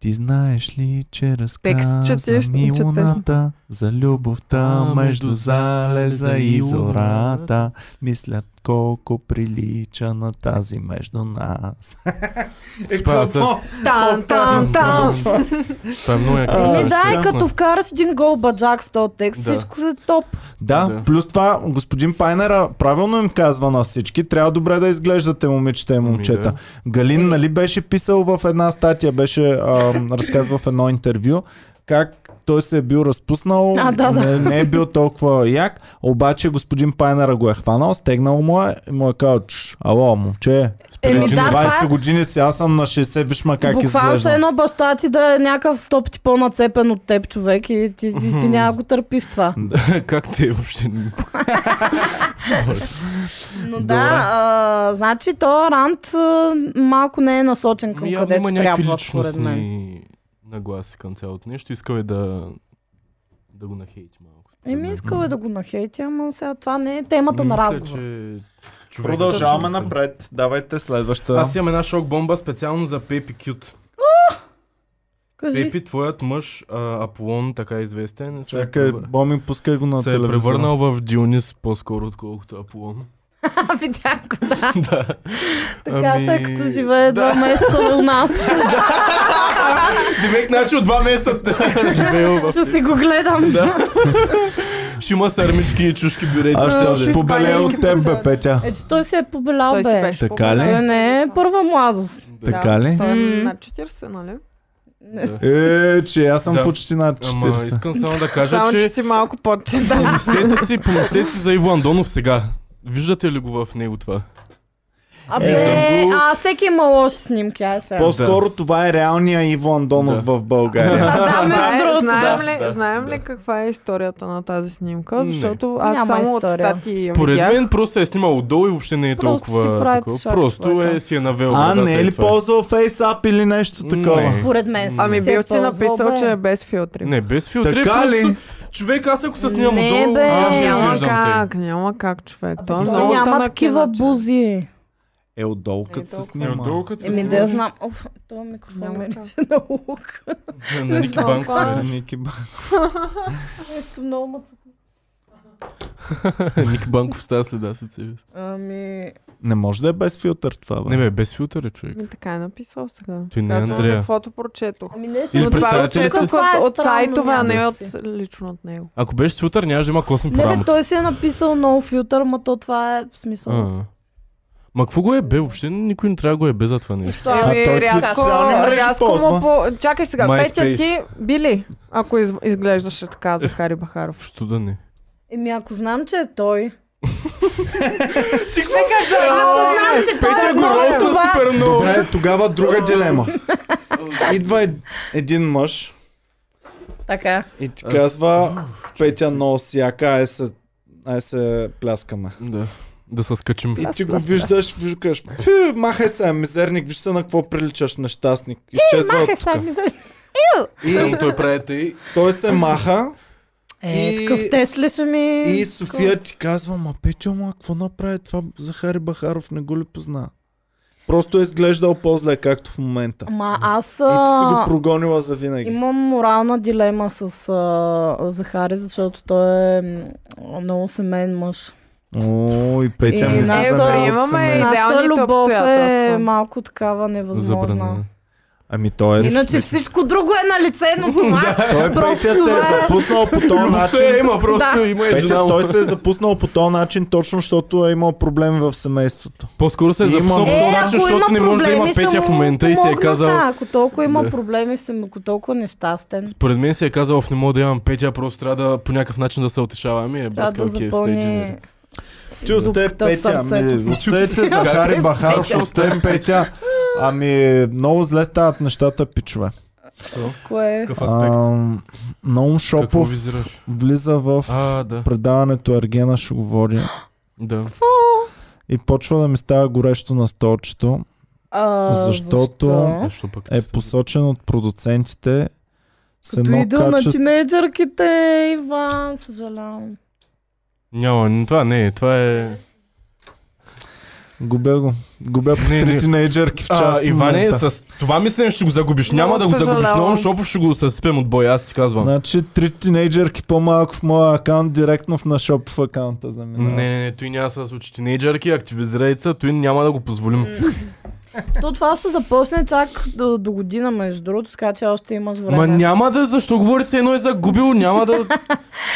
A: Ти знаеш ли, че разказа
E: четеш,
A: ми
E: четеш.
A: луната за любовта
C: А, между
A: между залеза и
C: залеза и луната.
A: зората? Мислят колко прилича на тази между нас. Е,
C: Справя се.
A: какво?
E: Тан, тан, тан.
C: Това е много яко.
A: А,
B: Еми да,
A: сега
B: и ами като вкараш един гол баджак с този текст,
C: Да.
B: всичко е топ.
A: Да,
C: Да.
A: плюс това господин Пайнера правилно им казва на всички, трябва добре да изглеждате момичета и момчета.
C: Ами да.
A: Галин, нали беше писал в една статия, беше а, разказва в едно интервю, как той се е бил разпуснал,
B: А, да, да.
A: Не, не е бил толкова як, обаче господин Пайнера го е хванал, стегнал му е и му е казал, «Чш, ало, момче,
B: Еми
A: преди
B: да, това
A: 20
B: е-
A: години си, аз съм на 60, виж ма как
B: Буквално се
A: изглеждам.
B: едно баща ти да е някакъв сто пъти по-нацепен от теб човек и ти, ти, ти няма да го търпиш това.
C: Как ти е въобще?
B: Но
C: Добре.
B: да, а, значи то рант а, малко не е насочен към
C: Ами Явно
B: където
C: има някакви
B: трябва, според мен.
C: личностни нагласи към цялото нещо. Искал е да, да го нахейти малко. според
B: Еми
C: мен.
B: искал е да го нахейти, ама сега това не е темата
C: Ами, Мисля,
B: на разговор.
C: че човекът-
A: Ами, Продължаваме напред, давайте следваща.
C: Аз имам една шок бомба специално за Пепи Кют.
B: Кажи.
C: Пепи, твоят мъж, а, Аполон, така известен, се е
A: Чакай,
C: превър-
A: Боми, пускай го на
C: се е
A: телевизора.
C: превърнал в Дионис по-скоро, отколкото Аполон.
B: А, видях го, да.
C: да.
B: Така ще е,
C: Ами,
B: като живее
C: да.
B: два месеца у нас.
C: Димек, значи от два месеца живеел в-
B: Ще си го гледам.
C: Да. Ще има сърмички и чушки бюрети.
A: Аз
C: ще
A: ще
C: бъде.
A: побелея от теб, бе, Петя.
B: Е, че той се е побелял,
E: Той си
B: бе.
E: беше
A: Така ли?
B: Той
E: популярен.
B: не е първа младост.
C: Да.
A: Така ли?
E: Той е
B: М.
E: на 40, нали?
C: Да.
A: Е, че аз съм
C: Да.
A: почти над
C: Ама
A: 40.
C: искам само да кажа,
E: Само, че...
C: че Е,
E: си малко под
C: помислете си, помислете си за Иво Андонов сега. Виждате ли го в него това?
B: Абе,
A: Виждам го.
B: а всеки има лоши снимки, ай сега.
A: По-скоро това е реалния Иво Андонов в България.
B: А, да, между
E: Знаем-
B: другото,
E: знаем,
B: да.
E: ли,
C: Да,
E: знаем
C: да.
E: ли каква е историята на тази снимка?
C: Не.
E: Защото аз
B: Няма
E: само
B: история.
E: от статии я
C: Поред
E: видях.
C: мен просто се е снимал отдолу и въобще не е
B: Просто си
C: толкова
B: прави
C: такова.
B: шапка,
C: Просто
B: човека.
C: е си е навел.
A: А,
C: водата
A: не е
C: и
A: ли
C: това
A: ползвал фейсап или нещо такова?
C: Не.
B: Според мен си
E: Ами
B: се е
E: бил си
B: ползвал,
E: написал,
B: бе.
E: че е без филтри.
C: Не, без филтри.
A: Така
C: просто-
A: ли?
C: Човек, аз ако се снимам
B: Не,
C: отдолу,
B: бе,
C: аз ще
E: Няма
C: изглеждам
E: как, няма как човек. Той е
B: Той
E: много
B: няма
E: тънък
B: такива
E: иначе.
B: бузи.
A: Е, отдолу като се
C: те. Е,
A: снима.
C: Отдолу като се
B: Еми
C: снимаш,
B: да я знам. Оф, този микрофон
E: Няма
B: ме
E: как.
B: лежи на лук.
C: На Ники
B: знам
C: Банков.
B: това.
C: е.
A: Ники Ба-
B: Нещо много ма...
C: Ники Банков става следа се цеви.
B: Ами...
A: Не може да е без филтър това,
C: Не
A: бе.
C: бе, без филтър е човек.
E: Ми така е написал сега.
C: Той не е
E: Казвам
C: Андрея.
E: каквото прочетох.
B: Ами нещо...
C: Или
E: Но това
C: представяте ли
E: прочетох
B: си? Това е
E: от, от
B: странно
E: сайтове, а не от
B: някакси.
E: лично от него.
C: Ако беше с филтър, нямаше да има косми по
B: Не бе,
C: рамото.
B: той си е написал нов филтър, ма то това е в смисъл.
C: А. Ма какво го е бе? Въобще никой не трябва да го е бе за това нещо.
B: Що е?
A: Ами, той какви
E: рязко,
A: социални мрежи
E: рязко
A: ползва?
E: му по... Чакай сега,
C: MySpace.
E: Петя ти били, ако из... изглеждаше така за Хари Бахаров.
C: Що да не?
B: Еми ако знам, че е той.
E: Ако
B: Знам, че той е
C: Петя го
B: много
C: росна
B: това.
C: супер много.
A: Добре, тогава друга дилема. Идва е- един мъж,
B: Така.
A: И ти казва, Петя, но сяка е с Ай се пляскаме.
C: Да. Да се скачим.
A: И ти го виждаш, викаш, «Пфи, махай се, мизерник, виж се на какво приличаш, нещастник. Изчезва от
D: Махай сега,
A: тук.
D: ми знаеш.
A: И
C: Само той прави и...
A: той се маха
B: Е,
A: И-
B: такъв Тесля ще ми... е?
A: и София ти казва, ма Петю, ма какво направи това Захари Бахаров, не го ли позна? Просто е изглеждал по-зле, както в момента.
B: Ама аз...
A: И ти си го
B: А...
A: прогонила за винаги.
B: Имам морална дилема с а, Захари, защото той е м, много семейен мъж.
A: О, и Петя
B: И
A: ми
B: нашата-
A: знае от
D: имаме
A: семейство.
D: Е,
B: Нашата
D: идеалните
B: любов е
D: обстоятелства.
B: малко такава невъзможна.
C: Забранено.
A: Ами той е...
B: Иначе всичко друго е на лице, но това...
A: Той Петя се е запуснал по този
C: Любовта
A: начин.
C: я има просто, има е
A: Значи- Петя,
C: жена.
A: той
C: му.
A: се е запуснал по този начин, точно защото е имал проблеми в семейството.
C: По-скоро се е
A: Има
C: записал по
A: много-
C: този
A: Точно,
B: Е,
C: начин,
B: ако има
C: защото не може да има
B: проблеми, ще
C: Петя в
B: му
C: момента и се е
B: помогна
C: казал...
B: са. Ако толкова има
C: Да.
B: проблеми, съм, ако толкова нещастен,
C: Според мен си е казал, в не мога да имам петя, просто трябва да по някакъв начин да се отешава. Ами е
B: трябва
C: баскал
B: да
C: кей нали?»
B: запълни...
A: Ти осте
B: Дупката в
A: Петя, ами
B: сърцето.
A: остете Захари Бахаров, ще осте Петя. Ами много зле стават нещата, пичове.
B: С кое... е.
C: Какъв аспект?
A: Ам, Наум
C: Какво
A: Шопов
C: визираш?
A: влиза в
C: А, да.
A: предаването Аргена ще говори
C: Да.
A: и почва да ми става горещо на столчето.
B: А,
A: Защото-
B: защо?
C: Нещо пък.
A: Е посочен от продуцентите с
B: Като
A: едно
B: идол на
A: качество.
B: тинейджърките, Иван, съжалявам.
C: Няма, н- това не е, това е...
A: Губя го. Губя по
C: Не,
A: три
C: не.
A: тинейджерки в час.
C: А,
A: в
C: Иване,
A: момента.
C: с това мислене ще го загубиш. Няма да го загубиш.
E: съжалявам.
C: Много шопов ще го съсипем от боя, аз ти казвам.
A: Значи три тинейджерки по-малко в моя акаунт, директно в на шоп в акаунта за
C: Не,
A: мен.
C: не, не, той няма да се случи. Тинейджърки, активизирайца, той няма да го позволим.
B: То това ще започне чак до, до година, между другото, така че още имаш време.
C: Ма няма да, защо говорите се едно е загубил, няма да...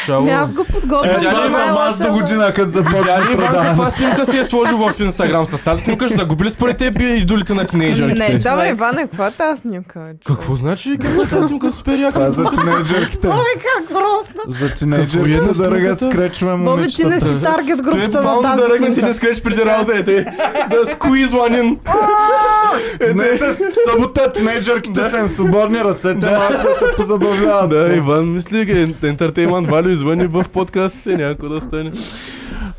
C: Шало.
B: Ами аз го
A: Е,
B: подготвям.
C: Е,
A: това
C: Тя
B: за
C: ли
A: съм аз
B: най-лошия
A: до година, като
C: Тя
A: започна
C: ли Иван
A: предаването.
C: каква снимка си е сложил в Инстаграм с тази снимка? Ще загубили според теб идолите на тинейджърките.
B: Не,
D: Да, бе,
B: човек.
D: Иване, каква е тази снимка? бе, човек?
C: Какво значи? Какво е тази снимка? Супер
A: Това
C: яка.
A: е за тинейджерките.
B: Как просто?
A: За
C: Какво е на
A: тинейджерките да
C: снимката?
A: ръгат скречваме
B: Боби, ти не
A: момичетата.
B: си таргет
C: Той е
B: групата на
C: буквално да
B: тази
C: ръгне ти не
B: снимка.
C: скреш преди работа, е те. Да squeeze one in.
A: Е, Не с събота тинейджерките са им свободни ръцете, малко да се позабавляват.
C: Да, Иван, мисли, ен- Entertainment Value извън и в подкастите някой да стане.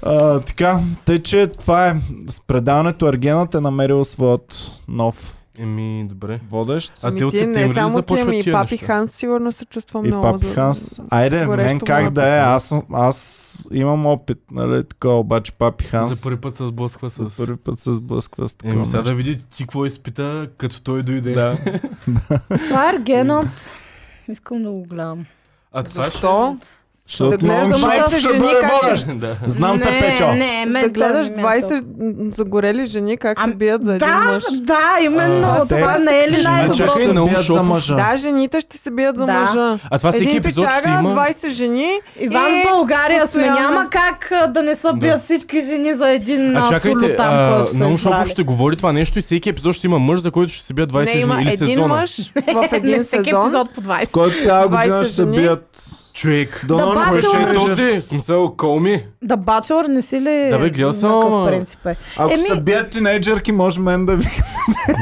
A: А, Така, тъй че това е. С предаването Аргенът е намерил своят нов
C: Еми, добре.
A: водещ.
B: Ами
C: А
D: Ми
C: те от
D: Ами ти, не
C: септември ли
D: само ти,
C: започват
D: ами и
C: тия
D: папи
C: неща?
D: Ханс сигурно се чувства
A: И
D: много.
A: Папи
D: за-
A: Ханс. Айде,
D: горещо
A: мен
D: му
A: как
D: е.
A: да е, аз, съм- аз имам опит, нали, такова, обаче Папи Ханс
C: За първи път се сблъсква
A: за
C: с...
A: първи път се сблъсква с такова
C: Еми, сега
A: нещо.
C: да види ти какво изпита, като той дойде.
A: Да.
B: Това е Аргенът. Искам да го гледам.
C: А това ще-
D: Защо?
A: Защото
D: Да гледаш
A: Нон
D: домашните
A: Шоп ще
D: жени
A: бъде
D: как се-
A: водещ.
C: Да.
A: Знам те,
B: не,
A: Петьо.
B: Не,
D: За
B: мен
D: да гледаш
B: това не ми е толкова.
D: 20 м, загорели жени как се
B: Ам,
D: бият за един
B: Да,
D: мъж.
B: да, именно.
C: А,
A: те-
B: това не е ли
A: Значи
C: Значи,
B: най-доброто?
A: ще се
C: Наум
A: бият за
C: Шопов.
A: мъжа.
D: Да, жените ще се бият за
B: Да.
D: мъжа.
C: А това всеки
D: Един
C: епизод ще
D: печага,
C: има.
D: 20 жени.
B: Иван
D: и
B: с България сме.
D: постоянно-
B: Няма как а, да не са бият всички жени за един
C: А
B: абсолютно
C: чакайте,
B: там, който са
C: Наум Шопов
B: избрали.
C: ще говори това нещо и всеки епизод ще има мъж, за който ще се бият 20
D: Не, има
C: жени или
D: един
C: сезона.
D: мъж в един
B: Не, всеки
D: сезон.
B: епизод по 20.
A: Който цяла
D: 20
A: година ще
D: жени.
A: бият
C: Човек.
A: до
B: Да
A: Нон
B: бача,
A: Шоп
C: Ще е
A: ще бият.
C: този, в смисъл, колми.
B: Да, Бачелор не си ли
C: Да, бе, гледал съм,
B: такъв
C: ама-
B: принцип е?
A: Ако
B: Еми-
A: се бият тинейджерки, може мен да ви...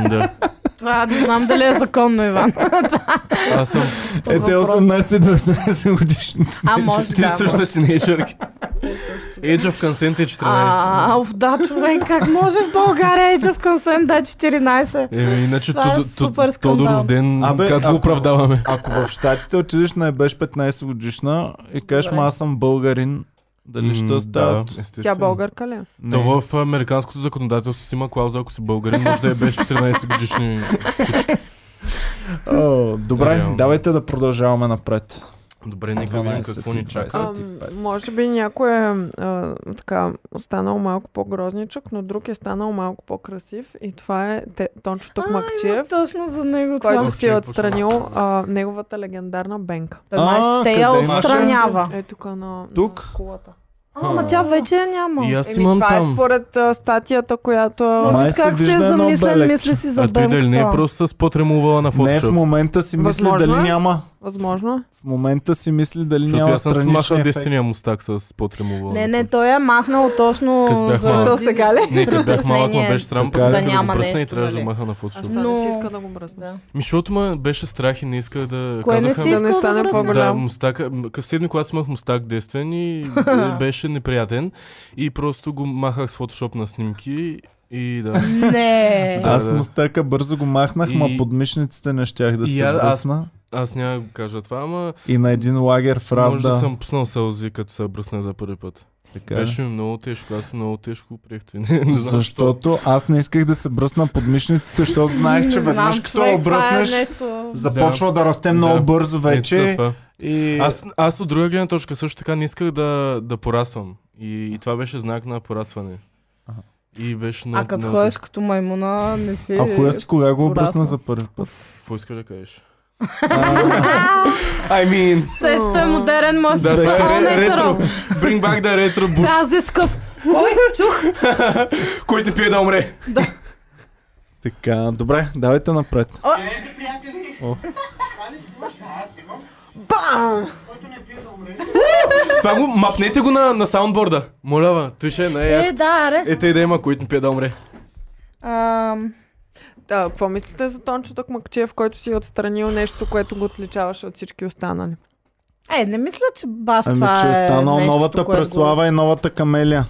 C: Да.
B: Това не знам дали е законно, Иван.
C: Аз съм.
A: Е, те 18-19 годишни.
B: А, може
C: Ти
B: да.
C: също ти не е жърки. Age of Consent е 14.
B: А, оф, да, човек, как може в България Age of Consent да е 14?
C: Еми, иначе
B: Това е
C: Тод-
B: супер
C: Тод-
B: скандал.
C: Тодоров ден,
A: Абе,
C: как го
A: ако-
C: оправдаваме?
A: Ако в щатите отидеш на беше 15 годишна и кажеш,
B: Добре.
A: ма аз съм българин, дали
C: М,
A: ще стават?
C: естествено.
D: Тя българка ли? е?
A: Не.
C: То в американското законодателство си има клауза, ако си българин, може да е без 14 годишни.
A: О, добре,
C: Реално.
A: давайте да продължаваме напред.
C: Добре, нека видим
A: 12,
C: какво ни чака.
A: 20.
D: Ам,
A: 25.
D: може би някой е а, така, станал малко по-грозничък, но друг е станал малко по-красив и това е Те- Тончо Токмакчиев,
B: Точно за него това.
D: който си е
C: Токмакчиев,
D: отстранил
C: почна да
D: а, неговата легендарна бенка.
B: Той
A: А,
B: май ще
A: къде
B: я
A: имаше?
B: отстранява.
D: Е тук на,
A: Тук?
D: на колата.
B: А, Ама тя вече я няма.
C: И аз
D: Еми,
C: имам
D: това е
C: там.
D: според а, статията, която...
B: Ма,
A: Май
B: виж
A: се
B: как се е
A: вижда едно
B: замислен,
A: белекче.
B: мисли си за
C: А той дали не е
B: бемката.
C: просто с потремувала на
A: Не е в
C: фотошоп?
A: момента си мисли
D: Възможно
A: дали
D: е.
A: няма.
E: Възможно.
A: В момента си мисли дали
C: Защото
A: няма
C: аз съм
A: страничен
C: смахал
A: ефект.
C: дестиния мустак с потримувал.
B: Не, не, той е махнал точно
C: Като бях
B: заради-
C: малък.
E: сега ли?
C: Не, като бях малък, ме беше срам,
A: Така ли?
C: пък исках да
B: Да
C: го
B: няма
C: пръсна и
B: нещо,
C: трябваше да
B: нали?
C: маха на фотошоп.
E: Защо не
B: Но-
E: си иска да го мръсна?
B: Да.
C: Ми, защото ме беше страх и не исках да...
B: Кое не
C: казаха
B: си
C: ми-
E: Да не
B: искал да
E: стане
B: връзна?
E: по-голям.
C: Да, мустака. м, В седми клас имах мустак действен и е, беше неприятен. И просто го махах с фотошоп на снимки и да.
B: Не.
C: Да,
A: Аз
C: да.
A: мустака бързо го махнах,
C: И-
A: ма под мишниците не щях да
C: и
A: се
C: а- аз-
A: бръсна.
C: Аз няма да го кажа това, ама
A: И на един лагер в
C: може да.
A: Равда.
C: съм пуснал сълзи, като се бръснах за първи път.
A: Така е.
C: Беше ми много тежко, аз много тежко го приех. той. Не, не знам защо.
A: Защото аз не исках да се бръсна под мишниците, защото знаех, че
B: Не
A: веднъж
B: знам,
A: като
B: човек, това е
A: обръснеш,
B: нещо...
A: започва да расте много
C: Да.
A: бързо
C: Ето за
A: вече. Е.
C: това.
A: И...
C: Аз, аз от друга гледна точка също така не исках да, да порасвам. И, и това беше знак на порасване.
A: Аха.
C: И беше много...
B: А като
C: много-
B: ходиш като маймуна, не си...
A: А хуя си кога го обръсна
B: порасна.
A: за първи път?
C: Какво искаш да кажеш?
A: А,
C: I mean...
B: Цесто е модерен мъж,
C: Да, това
B: това
C: е
B: е
C: ре- ретро.
B: natural.
C: Bring back the retro boot,
B: Сега аз искав. Кой? Чух?
C: който пие да умре.
A: Така, добре, давайте напред.
F: Ето, приятели!
A: О.
F: Това ли слушка? Аз имам. Бам! Който не пие да умре.
C: Това го мапнете го на, на саундборда. Моля, ва, той ще е най
B: Е, да, ре.
C: Ете и да има, който не пие да умре.
B: Ам,
E: Да, какво мислите за Тончо Тъкмакчев, който си е отстранил нещо, което го отличаваше от всички останали?
B: Е, не мисля, че баш
A: Ами,
B: това
A: че е станал
B: нещо,
A: новата
B: което
A: Преслава и новата Камелия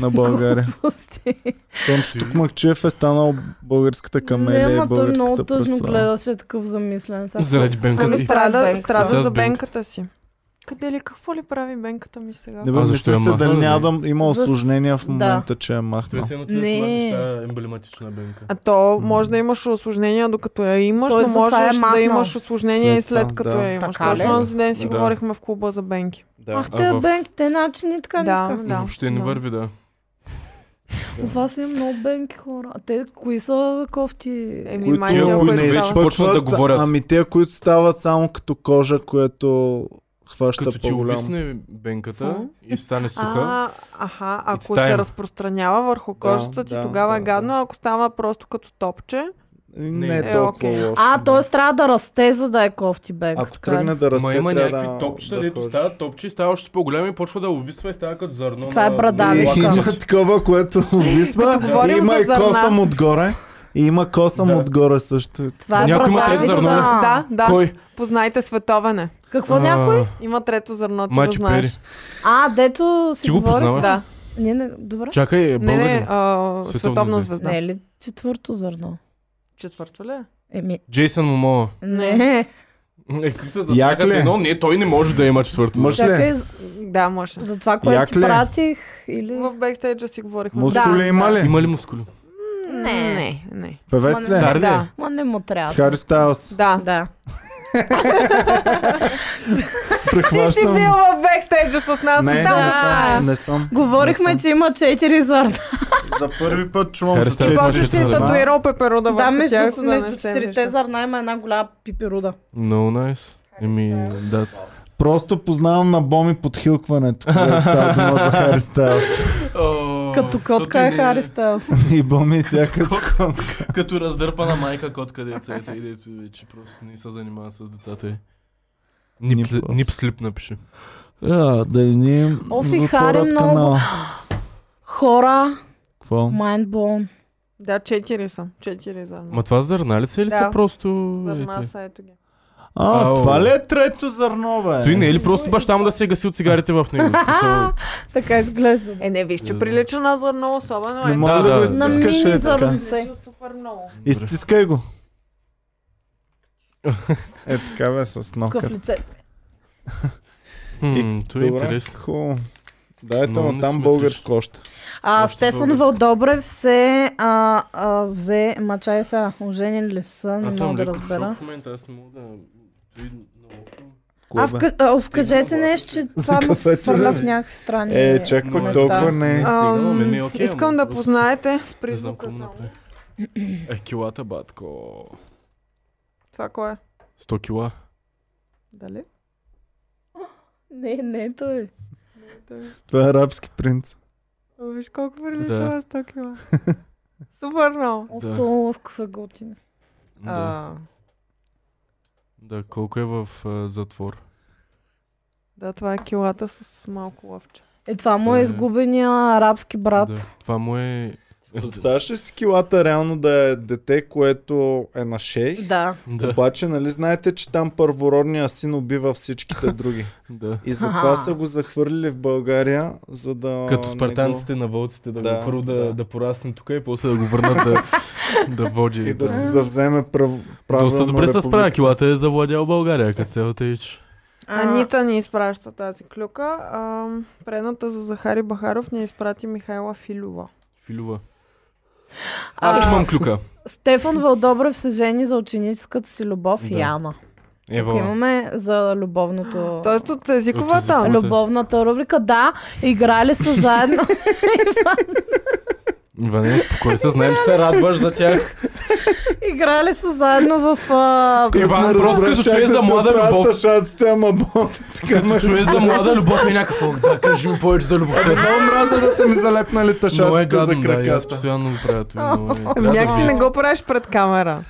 A: на България.
B: го пусти.
A: Тончо Тукмакчев е станал българската
B: не,
A: Камелия и
B: ама той много
A: е българската
B: тъжно
A: Преслава.
B: гледаше такъв замислен. Сега.
C: Заради бенката.
E: Ами
C: и-
E: страда,
B: Бенката.
E: страда
C: С
E: за
C: бенката.
E: бенката си. Къде ли, какво ли прави бенката ми сега?
A: Не бе,
C: А защо
A: мисля
C: я
A: се
C: махна,
A: дали
C: бе?
A: няма да има
B: За-
A: осложнения в
B: да.
A: момента, че е
C: Той
A: махнал.
C: се едно ти
B: Не.
C: да емблематична бенка.
E: А то може да имаш осложнения докато я имаш,
B: Той
E: но
B: затова я
E: можеш да
B: махнал.
E: имаш осложнения и
A: След това,
E: след като
A: да.
E: я имаш.
B: Така ли?
E: Точно този ден си
C: Да.
E: говорихме в клуба за бенки.
A: Да.
B: Ах, те
C: А в-
B: бенки, те начини така, да.
E: Да,
B: така.
E: да.
C: Въобще не
E: да.
C: върви, да.
B: У вас има много бенки хора. А те кои са кофти?
E: Еми,
A: Които,
E: май някой
A: които
C: които
A: не
E: е
C: вече
E: дал.
C: изпъ- почнат
A: изпъкват,
C: да говорят.
A: ами те, които стават само като кожа, което хваща
C: Като ти
A: по-голямо.
C: увисне бенката
E: Какво?
C: и стане суха,
E: А, аха, ако
C: time.
E: се разпространява върху кожата ти,
A: да,
E: тогава е
A: да,
E: гадно,
A: да.
E: ако става просто като топче,
A: Не е
C: Е,
A: толкова
E: окей.
A: лошо.
B: А, е
A: да.
B: т.е. трябва да расте, за да е кофти бенк.
A: Ако
B: така ли?
A: тръгне да расте,
C: ма има
A: трябва
C: някакви
A: да,
C: топчета,
A: да
C: дето
A: ходиш.
C: става топче, и става още по-голям и почва да увисва и става като зърно.
B: Това е
C: на-
A: И
B: брадавица.
C: на
B: Лака.
A: Има
C: лакъм.
A: такова, което висва.
E: говорим
A: и има
E: за
A: и косъм
E: зърна.
A: отгоре. И има косъм
C: Да.
A: отгоре също.
B: Това е
C: Някой има
B: брадавица.
C: трето зърно, ли?
E: Да, да.
C: Кой?
E: Познайте световане.
B: Какво някой?
C: А,
E: Има трето зърно, ти го
C: Мачи
E: знаеш.
C: Пери.
B: А, дето си
C: Ти го
B: говорих.
C: познаваш?
E: Да.
B: Не, не, добре.
C: Чакай,
E: Не,
C: е
E: не,
C: българин.
E: а,
C: Световно
E: световна
C: известен.
E: звезда.
B: Не е ли четвърто зърно?
E: Четвърто ли? е?
B: Еми,
C: Джейсън Момоа.
B: не.
C: Е, как се
A: Як
C: засмяха
A: ли
C: с
A: е?
C: едно? Не, той не може да има четвърто.
A: Мъж ли е?
B: Чакай,
E: Да, може.
B: за това, което
A: Як
B: ти
A: ли е?
B: пратих или...
E: В бекстейджа си говорихме.
A: Мускули
B: Да,
A: има ли?
C: Има ли мускули?
E: Не, не, не.
A: Певец ли? е?
C: Стар ли?
E: Да.
C: е?
B: Ма не му трябва.
A: Хари Стайлс.
E: Да.
B: Да.
E: Ти си бил
A: Прехващам.
E: в бекстейджа с нас
A: Не,
E: и
A: не
E: там.
A: съм. Не съм.
B: Говорихме,
A: Не
B: че има четири зърна.
A: За първи път чувам
C: Хари
A: за
C: Стайлс
A: четири
C: може
E: После
C: да
E: си
C: се
A: зърна.
C: татуира.
E: татуирал пеперуда
B: Да,
E: върху тях,
B: между,
E: за да не
B: между
E: се е
B: четирите
E: вижда.
B: зърна има една голяма пипируда.
C: Много найс. Еми, да.
A: Просто познавам на боми подхилкването. когато става дума за Хари Стайлс.
B: Като котка е Хари Стайлс.
A: И боми тя като котка.
C: Като раздърпана майка котка децата и дето вече просто не се занимава с децата й.
A: Нип-
C: Нип,
A: нип
C: нип слип напиши.
A: А, дали ни
B: Оф, и Хари
A: затворят
B: много.
A: канала.
B: Хора,
A: Какво?
B: майндбон.
E: Да, четири са. Четири зърна.
C: Ма това зърна ли са или
E: Да.
C: са просто...
E: Зърна
C: ете?
E: са, е, ето ги.
A: А,
C: Ау.
A: това ли е трето зърно, бе?
C: Той не е ли просто баща му да се е гасил цигарите в него? Смисъл,
B: Така изглежда.
E: Е, не, виж, че
C: Да.
E: прилича на зърно, особено
A: Не
E: е.
A: мога да
C: Да,
A: го
C: да.
B: На
A: изтискаш
B: мини
A: е така.
B: зърнце.
E: Прилича супер много.
A: Изтискай го. Е така бе, с нокър.
B: Къв лице.
C: Хм, Това
A: Добре,
C: е интересно.
A: Хубаво. Дайте
C: Много
A: на там
C: несимметрично.
A: българско още.
B: А,
C: Още
B: Стефан
C: български.
B: Вълдобрев се а, а, взе... Ма чай сега, оженен ли са? Не
C: Аз съм
B: мога да
C: леко в
B: разбера.
C: шок в момента, аз не мога да... Той много хубаво.
A: Кое
B: А,
A: бе?
B: вка... а, вкажете нещо, че това ме
A: кафето,
B: хвърля
A: бе.
B: в някакви страни.
A: Е, чак пък
C: Неща.
A: толкова не.
C: Стигна, ме ми е
E: Ам,
C: окей,
E: Искам
C: ама
E: да
C: просто
E: познаете с
C: Не знам
E: призвука
C: какво му
E: само.
C: направи. Е, килата, батко.
E: Това кой е?
C: 100 кила.
E: Дали?
B: Не, не, той.
A: Това е арабски принц.
E: О, Виж колко прилича
C: Да.
E: на 100 кила. Супер много.
B: Офтоловка е готина.
C: Да.
E: А,
C: Да, колко е в а, затвор?
E: Да, това е килата с малко лъвче.
B: Е, това му е
C: Е.
B: изгубения арабски брат.
C: Да. Това му е...
A: Представяш ли си килата реално да е дете, което е на шейх?
B: Да.
C: Да,
A: Обаче, нали знаете, че там първородният син убива всичките други.
C: да.
A: И затова
B: Аха.
A: са го захвърлили в България, за да...
C: Като
A: не
C: спартанците на вълците, да,
A: Да,
C: го първо да,
A: да.
C: да. порасне тук и после да го върнат да, да води.
A: го- И да се завземе прав... правилно
C: Доста добре се справя.
A: републиката.
C: Килата е завладял България, като цялата ич.
B: А,
E: Анита ни изпраща тази клюка. А, прената за Захари Бахаров ни е изпрати Михайла Филюва.
C: Филюва. Аз
B: а,
C: имам клюка.
B: Стефан Вълдобрев се жени за ученическата си любов
C: Да.
B: Яна. Тук
C: Ева.
B: имаме за любовното...
E: Тоест от
C: От
E: езиковата.
C: езиковата.
B: Любовната рубрика, да, играли са заедно.
C: Иване, спокой се, знаем, че се радваш за тях.
B: играли са заедно в... А...
C: Иван,
A: Добре,
C: просто като
A: чакай
C: чуе
A: да
C: за
A: се
C: млада
A: оправят
C: любов.
A: тъшаците, ама бо... Така ме...
C: Като чуе за млада любов ми е някакъв, ох, да, кажи ми повече за любовта.
A: Много мраза да са ми залепнали
C: Много е
A: тъшаците за
C: гадно, да, и аз
A: краката.
C: постоянно го правя това. много е. Трябва да
E: Някакси
C: ми е.
E: Ами не го правиш пред камера.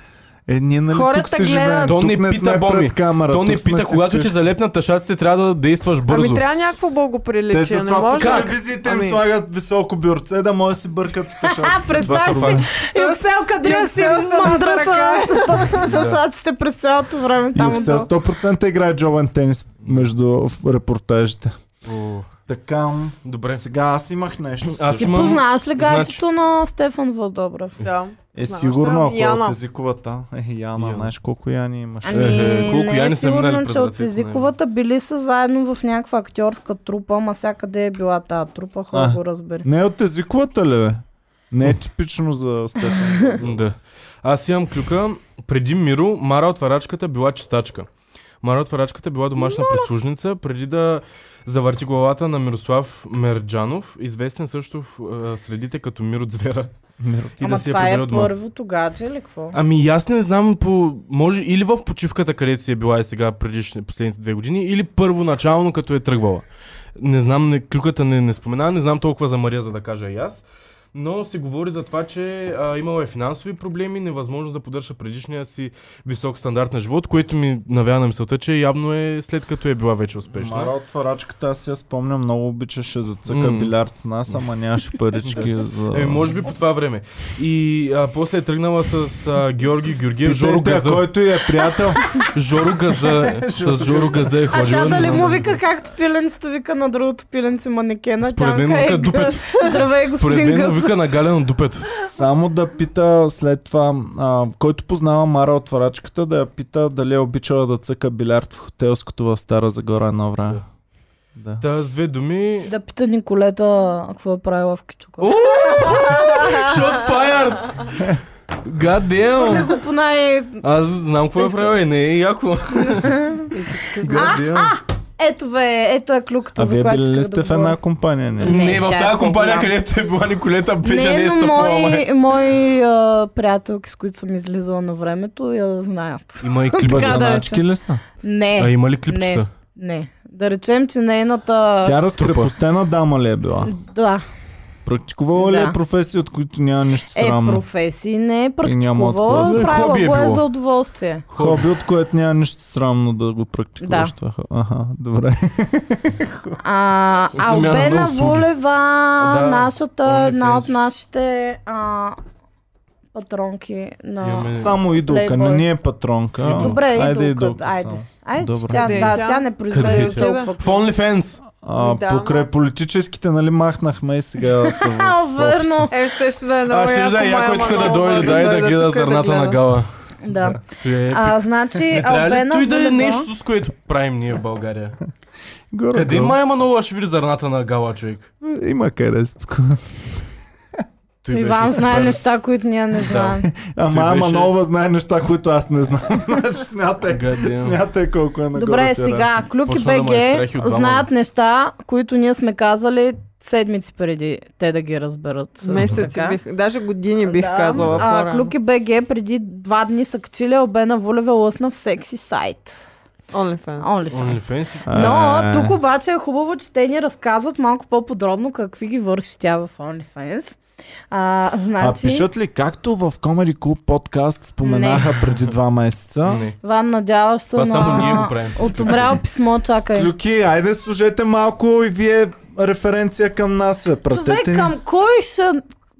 A: Е, ние нали
E: Хората
A: тук се
E: гледат.
A: живеем,
C: То
A: тук
C: не
A: не
C: пита,
A: сме
C: Боми.
A: пред камера.
C: То не
A: тук сме
C: пита,
A: си
C: когато ти
A: вкъщи.
C: залепнат тъшаците, трябва да действаш бързо.
E: Ами трябва някакво
A: Те
E: благоприличие,
A: за
E: не
A: това по
E: може.
A: телевизиите им
E: Ами.
A: слагат високо бюрце, да може да си бъркат в
B: А,
A: тъшаците.
B: представи
C: е
B: си, Юксел Кадрил си
E: Юксел се
B: мандра
E: ръка.
B: са дъшаците през цялото време там.
A: Юксел 100% играе джобен тенис между в репортажите.
C: О,
A: Така,
C: Добре.
A: сега аз имах нещо.
C: Аз
A: също.
B: Ти
C: имам-
B: познаваш ли
C: Значи-
B: гаджето на Стефан Вълдобрев?
E: Да.
A: Е,
E: Знаеш,
A: сигурно,
E: да,
A: ако
E: Яна.
A: от езиковата. Е, Яна,
C: Яна.
A: знаеш колко Яни имаш.
B: Ами,
C: Е, е, колко
B: не е
C: яни са
B: сигурно,
C: минали през
B: че от
C: вратите,
B: езиковата били са заедно в някаква актьорска трупа, ама всякъде е била тази трупа, хора
A: А.
B: го разбери.
A: Не е от езиковата ли, бе? Не е типично за Стефан.
C: Да. Аз имам клюка. Преди Миро, Мара отварачката била чистачка. Мара отварачката била домашна прислужница, преди да завърти главата на Мирослав Мерджанов, известен също в а, средите като Миро Звера.
A: Миро.
C: Ти
B: ама
C: да си я
B: това
C: побере
B: е
C: от малко.
B: първото гадже или какво?
C: Ами и аз не знам, по... може или в почивката, където си е била и сега предишни, последните две години, или първоначално, като е тръгвала. Не знам, не, клюката не, не спомена, не знам толкова за Мария, за да кажа и аз. Но се говори за това, че а, имала е финансови проблеми, невъзможност да поддържа предишния си висок стандарт на живот, което ми навява на мисълта, че явно е след като е била вече успешна.
A: Мара отварачката, аз си я спомням, много обичаше да цъка
C: М.
A: билярд с нас, ама нямаше парички за...
C: Е, може би по това време. И а, после е тръгнала с а, Георги Георгиев, Жоро
A: Питайте, я,
C: Газа.
A: който и е приятел.
C: Жоро Газа, с Жоро Газа е
B: А
C: ходила.
B: тя
C: не
B: дали
C: знам
B: му
C: дали-
B: вика както пиленцето вика на другото пиленце манекена? Тя
C: Според
B: му
C: мен му
B: казва,
C: вика
B: е,
C: дупето.
B: Здравей,
C: Според
B: господин
C: мен му
B: Гъс.
C: вика на Галено дупето.
A: Само да пита след това, а, който познава Мара отварачката, да я пита дали е обичала да цъка билярд в хотелското в Стара Загора едно време. Да.
C: Да, с две думи.
B: Да пита Николета какво е правила в Кичука.
C: О! Shots fired! God damn!
B: Го по най...
C: Аз знам какво е правил и не е яко.
B: Ето бе, ето е клюката,
A: А
B: за
A: вие
B: която
A: били
B: исках
A: ли
B: да
A: сте в
B: говоря.
A: една компания? Не?
C: Не, в
B: тя е
C: тази компания,
B: по-голяма.
C: където е била Николета, пече не
B: Не,
C: е
B: но
C: стъпала. май.
B: мои, мои а, приятелки, с които съм излизала на времето, я знаят.
C: Има и
B: Така
C: клипчета.
B: да. е.
A: Бъджаначки ли са?
C: А
B: Не,
C: има ли клипчета?
B: не. Да речем, че нейната...
A: Тя разкрепостена дама ли е била?
B: Да,
A: Практикувала ли е
B: Да.
A: професии, от които няма нищо
B: е
A: срамно?
B: професии, не е
A: няма от какво да
B: практикувала,
A: се-
B: правила
C: Хоби е
B: го е
C: било.
B: за удоволствие.
A: Хоби, от което няма нищо срамно да го практикуваш
B: Да.
A: това. хо- Аха, добре.
B: А, а
C: Замяна на
B: Албена
C: услуги.
B: Волева,
C: Да,
B: нашата,
C: OnlyFans.
B: една от нашите а, патронки на...
C: Имаме-
A: Само идолка, не
B: Playboy.
A: ни е патронка.
B: Добре,
A: Айде
B: идолката, айде.
A: само.
B: Айде, че
A: Добре.
B: тя,
E: Къде е
B: да,
E: тя?
B: тя не
C: Къде
B: произвежда
C: е
E: тя?
B: толкова.
C: В OnlyFans!
B: Ами
A: А,
E: Да,
A: покрай политическите, нали, махнахме и сега са в
B: А,
A: офиса.
B: верно.
E: Е, ще ще да е много
C: А, ще да е яко
E: Мая
C: е тук да
E: Манолова
C: дойде, да и да гледа
E: тук е и да
C: зърната на
E: гледа.
C: гала.
B: Да.
C: Той е
B: е
C: епик.
B: А, значи,
C: Не трябва ли
B: Албена
C: той да е
B: Волева...
C: нещо, с което правим ние в България?
A: Горе,
C: Къде
A: долу.
C: Майя Манова ще види зърната на гала, човек?
A: Има къде спокойно.
C: Той беше
B: Иван знае
C: супер.
B: неща, които ние не знаем.
A: Ама Ама
C: беше-
A: Нова знае неща, които аз не знам. Значи смятай,
C: God damn.
A: смятай колко е нагоре.
B: Добре,
A: тя
B: сега, Клюки
C: Почна да
B: БГ
C: ме е страх и от двама.
B: знаят неща, които ние сме казали седмици преди те да ги разберат. също
E: Месеци
B: така.
E: бих, даже години бих
B: Да.
E: казала.
B: А,
E: по-рано.
B: Клюки БГ преди два дни са качили Албена Волева лъсна в секси сайт.
E: OnlyFans.
B: OnlyFans.
C: OnlyFans и
B: Но
A: А.
B: тук обаче е хубаво, че те ни разказват малко по-подробно какви ги върши тя в OnlyFans. А,
A: А
B: значи,
A: пишат ли, както в Comedy Club подкаст споменаха преди два месеца?
C: Не.
B: Вам надяваш се
C: Това само ние
B: на...
C: го правим.
B: Отобрял писмо, чакай.
A: Клюки, айде служете малко и вие референция към нас, бе.
B: Човек,
A: Пратете ни.
B: към кой ще...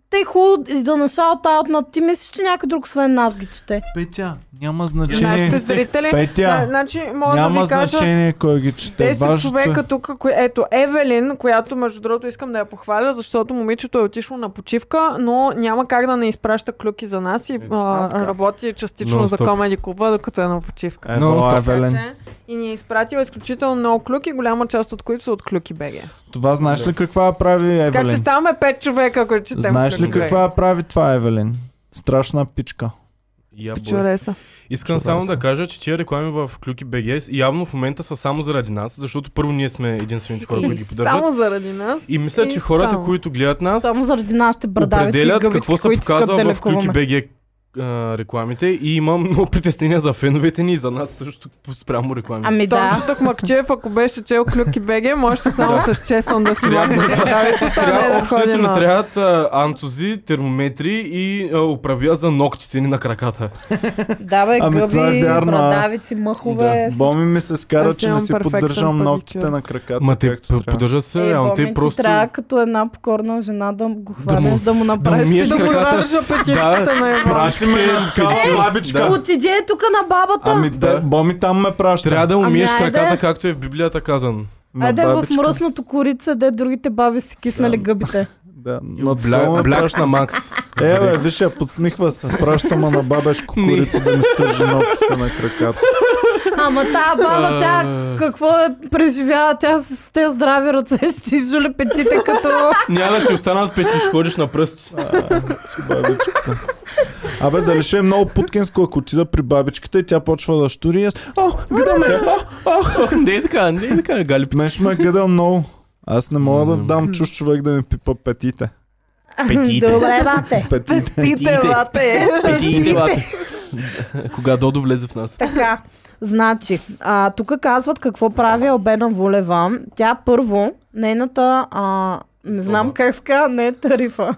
B: Те хубаво и да нашаут аут на ти мислиш, че някой друг освен нас ги чете.
A: Петя, няма
E: Нашите
A: значение.
E: зрители. Да,
A: Значи, Петя,
E: значи, мога да
A: няма
E: ви кажа,
A: значение кой ги чете.
E: 10
A: Важното е-
E: човека тук, кои... ето Евелин, която между другото искам да я похваля, защото момичето е отишло на почивка, но няма как да не изпраща клюки за нас
C: Е,
E: и а, работи частично за
C: Нон-стоп.
E: Комеди Клуба, докато е на почивка.
A: Ево,
C: Много
A: Евелин.
E: Така че, И ни е изпратила изключително много клюки, голяма част от които са от клюки БГ.
A: Това знаеш ли каква я прави
E: Така че
A: Евелин?
E: ставаме 5 човека, които четем
A: Знаеш ли
E: клюки
A: каква я прави това Евелин? Страшна пичка.
C: Я
E: БГ.
C: бой.
E: Пичореса.
C: Искам
A: Чудеса.
C: само да кажа, че тия реклами в Клюки БГ явно в момента са само заради нас, защото първо ние сме единствените хора, които
E: И
C: ги поддържат.
E: само заради нас.
C: И мисля, че
E: и
C: хората,
E: само.
C: които гледат нас,
B: Само заради нашите брадавици и
C: определят
B: гъбички,
C: какво са
B: които искат да
C: показва в Клюки
B: лекуваме.
C: БГ а, рекламите и имам много притеснения за феновете ни и за нас също спрямо рекламите.
B: Ами да.
E: Тончо Токмакчев, ако беше чел клюки БГ, можеше само
C: Да.
E: с чесън да си
C: Трябва-
E: махне ръкавицата, а не
C: Трябва,
E: да
C: общо
E: ходи
C: ето ни
E: на...
C: трябват а, антузи, термометри и а, управя за ногтите ни на краката.
B: Да, бе,
A: Ами
B: гъби,
A: това е вярно, а.
B: брадавици, мъхове.
C: Да.
B: всичко.
A: Боми ми се скара,
E: Аз
A: че не
E: имам
A: си
E: перфектен
A: поддържам
E: педикюр.
A: ногтите на краката.
C: Ма те
A: както трябва.
C: поддържат се,
B: Е,
C: реално
B: Боми, ти
C: те просто...
B: трябва като една покорна жена да го хванеш, да му направиш
C: миеш
E: Да го
C: краката.
E: държа пътичката на Иван.
A: Пращи ме на такава лабичка.
B: Отиди е тук на бабата.
A: Ами да, Боми там ме праща.
C: Трябва да умиеш
B: Ами, айде.
C: краката, както е в Библията казано.
A: На
B: Айде в
A: бабичка.
B: мръсното корица, де другите баби си киснали гъбите.
A: Да, на такова ме
C: Бля, бляш на Макс.
A: Е, бе, виж, я подсмихва се. Праща ма на бабешко
C: Не.
A: корито да ми стържи ногтите на краката.
B: Ама тая баба, тя
C: А.
B: какво е преживяла? Тя с с тези здрави ръце ще изжули петите като...
C: Няма да ти останат пети, ще ходиш на пръст.
A: С бабичката. Абе, дали ще е много путкинско, ако отида при бабичката и тя почва да штури и аз... О, гъдаме! О, о!
C: Не е така, не е така, гали
A: Мен ще ме е гъдал много. Аз не мога да
C: М.
A: дам чуж човек да ми пипа петите.
B: Добре, бате.
A: Петите.
E: Петите, лате.
C: Петите, лате. Кога Додо влезе в нас.
B: Така. Значи, а, тук казват какво прави Албена Волева. Тя първо, нейната... А, не знам
C: Соба.
B: как се казва, не е тарифа.